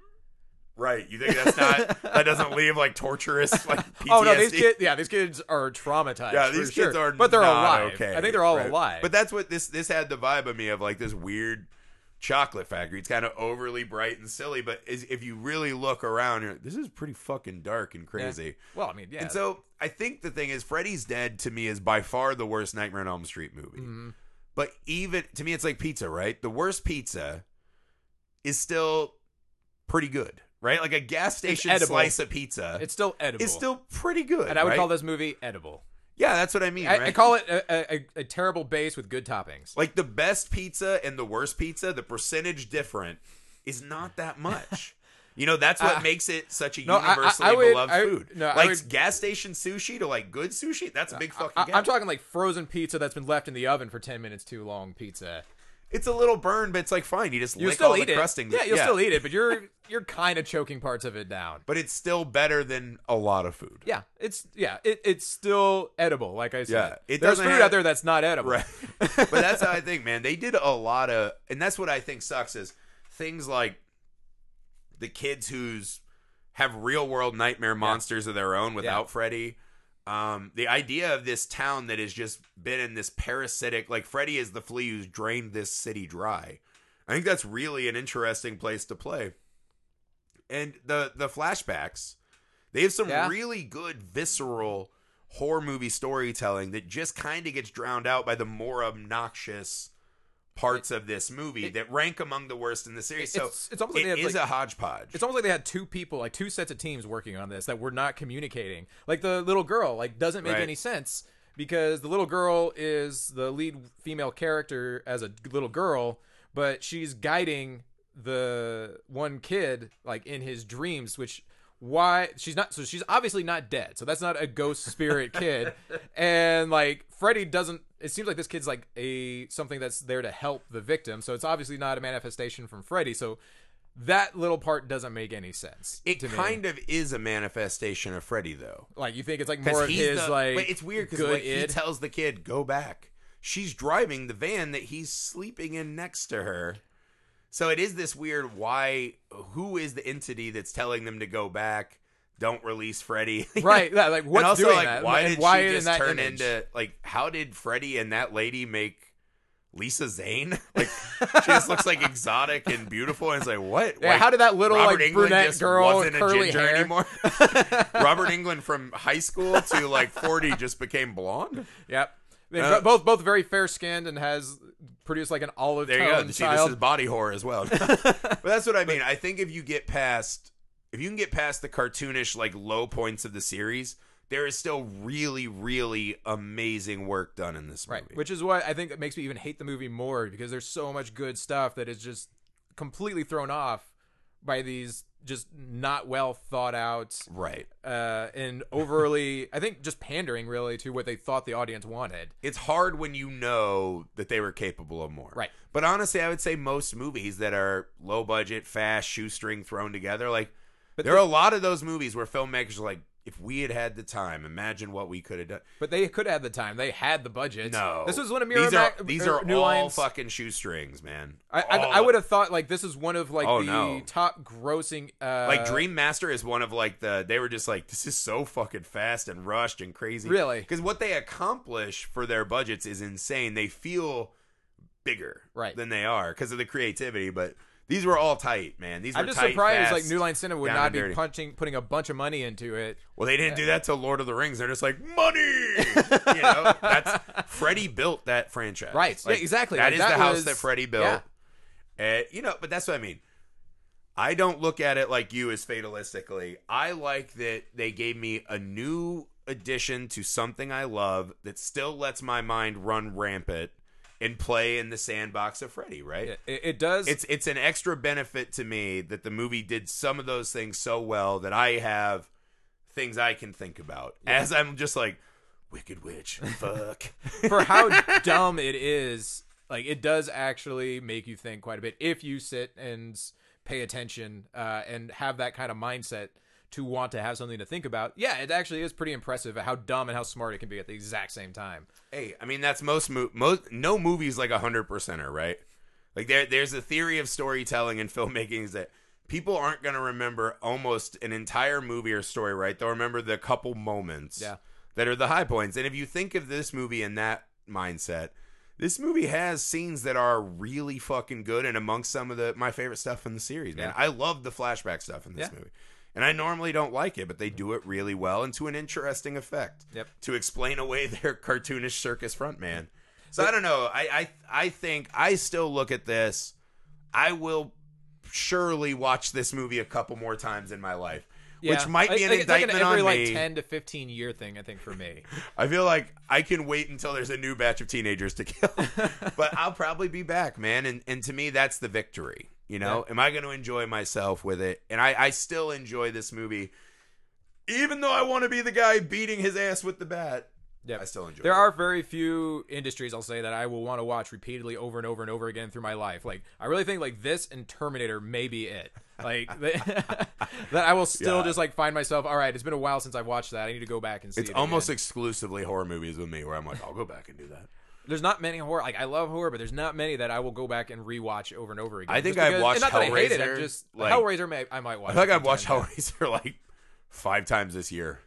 right. You think that's not that doesn't leave like torturous like PTSD?
Oh no, these kids. Yeah, these kids are traumatized.
Yeah,
for
these
sure.
kids are,
But they're
not
alive.
Okay,
I think they're all
right?
alive.
But that's what this this had the vibe of me of like this weird chocolate factory. It's kind of overly bright and silly, but is, if you really look around, you're like, this is pretty fucking dark and crazy.
well, I mean, yeah.
And so I think the thing is, Freddy's Dead to me is by far the worst Nightmare on Elm Street movie.
Mhm.
But even to me, it's like pizza, right? The worst pizza is still pretty good, right? Like a gas station
edible.
slice of pizza
it's still edible.
is still pretty good.
and I would
right?
call this movie edible.
yeah, that's what I mean.
I,
right?
I call it a, a, a terrible base with good toppings.
like the best pizza and the worst pizza, the percentage different is not that much. You know, that's what
I-
makes it such a
Ah. No, I- I- I
universally
would-
beloved
I-
food.
no, I
like
would-
gas station sushi to like good sushi, that's a big fucking
I,
gap.
I'm talking like frozen pizza that's been left in the oven for ten minutes too long. Pizza.
It's a little burn, but it's like fine. You just
You
lick
still
all
eat
the
it.
crusting.
Yeah, you'll still eat it, but you're you're kind of choking parts of it down.
But it's still better than a lot of food.
Yeah, it's yeah, it, it's still edible. Like I said,
Yeah, it
there's
doesn't
food
have-
out there that's not edible.
Right. but that's how I think, man. They did a lot of, and that's what I think sucks is things like the kids who's have real world nightmare monsters of their own without Freddy. Um, the idea of this town that has just been in this parasitic, like Freddy is the flea who's drained this city dry. I think that's really an interesting place to play. And the the flashbacks, they have some
Yeah.
really good visceral horror movie storytelling that just kind of gets drowned out by the more obnoxious parts of this movie that rank among the worst in the series. So
It's- it's almost like
it
they have,
is
like-
a hodgepodge.
It's almost like they had two people, like two sets of teams working on this that were not communicating. Like the little girl, like doesn't make
Right.
any sense because the little girl is the lead female character as a little girl, but she's guiding the one kid like in his dreams, which why she's not so she's obviously not dead so that's not a ghost spirit kid and like freddy doesn't it seems like this kid's like a something that's there to help the victim so it's obviously not a manifestation from freddy so that little part doesn't make any sense
it
to me.
kind of is a manifestation of Freddy though.
like you think it's like
'Cause
more of
he's
his
the-
like
but it's weird because
good
like, he
id.
tells the kid go back. She's driving the van that he's sleeping in next to her. So it is this weird why who is the entity that's telling them to go back? Don't release Freddy.
right yeah, like what's
and also
doing
like
that
why
and
did
why
she
in
just
that
turn
image?
into like how did Freddy and that lady make Lisa Zane? Like she just looks like exotic and beautiful and it's like what?
yeah,
Like,
how did that little
Robert
like
England
brunette
just
girl
wasn't
with curly
a ginger
hair
anymore. Robert England from high school to like 40 just became blonde.
yep I mean,
Uh,
bo- both both very fair skinned and has produce like an olive
There you
tone
go. See, this
child.
is body horror as well. but that's what I mean. I think if you get past, if you can get past the cartoonish like low points of the series, there is still really, really amazing work done in this movie.
right, which is what I think makes me even hate the movie more because there's so much good stuff that is just completely thrown off by these just not well thought out
right.
uh, and overly, I think, just pandering really to what they thought the audience wanted.
It's hard when you know that they were capable of more.
Right.
But honestly, I would say most movies that are low budget, fast, shoestring thrown together, like
But
there are a lot of those movies where filmmakers are like, if we had had the time, imagine what we could have done.
But they could have the time. They had the budget.
No,
this was one of Miramax.
These are, these
or
are
New
all
Lines.
fucking shoestrings, man.
I, I,
All
I
of-
would have thought like this is one of like
Oh,
the
no.
top grossing uh,
like Dream Master is one of like the they were just like this is so fucking fast and rushed and crazy.
Really?
because what they accomplish for their budgets is insane. They feel bigger
Right.
than they are because of the creativity. But these were all tight, man. These were
I'm just
tight,
surprised like
fast.
New Line Cinema would
down
not
and
be
dirty.
punching putting a bunch of money into it.
Well, they didn't do that till Lord of the Rings. They're just like money. you know, that's Freddie built that franchise.
Right. Yeah, exactly.
That
Like,
is
that
the house
was-
that Freddie built.
yeah.
And, you know, but that's what I mean. I don't look at it like you as fatalistically. I like that they gave me a new addition to something I love that still lets my mind run rampant and play in the sandbox of Freddy, right?
It, it does.
it's it's an extra benefit to me that the movie did some of those things so well that I have things I can think about as I'm just like Wicked Witch, fuck.
for how dumb it is. Like it does actually make you think quite a bit if you sit and pay attention uh, and have that kind of mindset to want to have something to think about. Yeah, it actually is pretty impressive at how dumb and how smart it can be at the exact same time.
hey, I mean that's most mo- most no movies like a hundred percenter, right? Like there there's a theory of storytelling and filmmaking is that people aren't gonna remember almost an entire movie or story, right? They'll remember the couple moments
Yeah.
that are the high points. And if you think of this movie in that mindset, this movie has scenes that are really fucking good and amongst some of the my favorite stuff in the series, man.
Yeah.
I love the flashback stuff in this
Yeah.
movie. And I normally don't like it, but they do it really well and to an interesting effect
Yep.
to explain away their cartoonish circus frontman. So I don't know. I, I I think I still look at this. I will surely watch this movie a couple more times in my life, which might be an
Like- it's like
indictment
every,
on
like
me.
ten to fifteen year thing. I think for me,
I feel like I can wait until there's a new batch of teenagers to kill, but I'll probably be back, man. And and to me, that's the victory. You know, am I going to enjoy myself with it? And I I still enjoy this movie, even though I want to be the guy beating his ass with the bat.
Yep.
I still enjoy.
there
it.
are very few industries I'll say that I will want to watch repeatedly over and over and over again through my life. Like I really think like this and Terminator may be it. Like that that I will still
Yeah.
just like find myself. All right, it's been a while since I've watched that. I need to go back and see.
It's
it
almost
again."
exclusively horror movies with me, where I'm like, I'll go back and do that.
there's not many horror. Like I love horror, but there's not many that I will go back and rewatch over and over again.
I think
Just
I've
because-
watched
and not that I hate it. I'm
Hellraiser,
just
like-
Hellraiser. May, I might watch.
I feel like
it
I've watched
sometime.
Hellraiser like five times this year.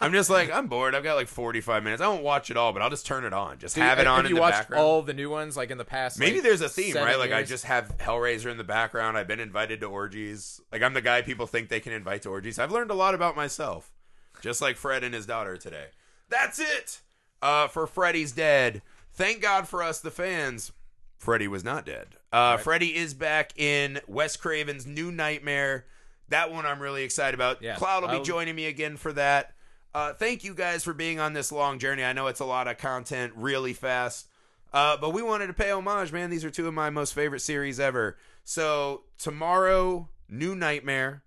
I'm just like, I'm bored. I've got like 45 minutes. I won't watch it all, but I'll just turn it on. Just
Dude,
have it
have
on
you
in the
watched
background.
all the new ones like in the past?
Maybe
like,
there's a theme,
seven
right? Like I
years?
just have Hellraiser in the background. I've been invited to orgies. Like I'm the guy people think they can invite to orgies. I've learned a lot about myself, just like Fred and his daughter today. That's it uh, for Freddy's dead. Thank God for us, the fans. Freddy was not dead. Uh, Freddy is back in Wes Craven's New Nightmare. That one I'm really excited about.
Yeah,
Cloud will be
I'll-
joining me again for that. Uh, thank you guys for being on this long journey. I know it's a lot of content really fast, uh, but we wanted to pay homage, man. These are two of my most favorite series ever. So, tomorrow, New Nightmare.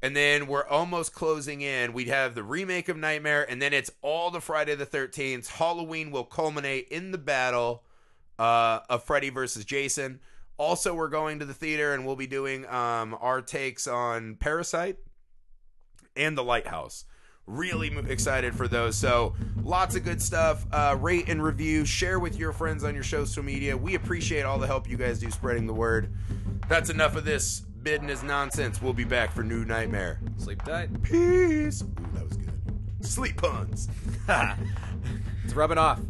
And then we're almost closing in. We'd have the remake of Nightmare, and then it's all the Friday the 13th. Halloween will culminate in the battle uh, of Freddy versus Jason. Also, we're going to the theater and we'll be doing um, our takes on Parasite and The Lighthouse. Really mo- excited for those. So, lots of good stuff. Uh, rate and review, share with your friends on your social media. We appreciate all the help you guys do spreading the word. That's enough of this business nonsense. We'll be back for New Nightmare.
sleep tight.
Peace. Ooh, that was good. Sleep puns.
It's rubbing off.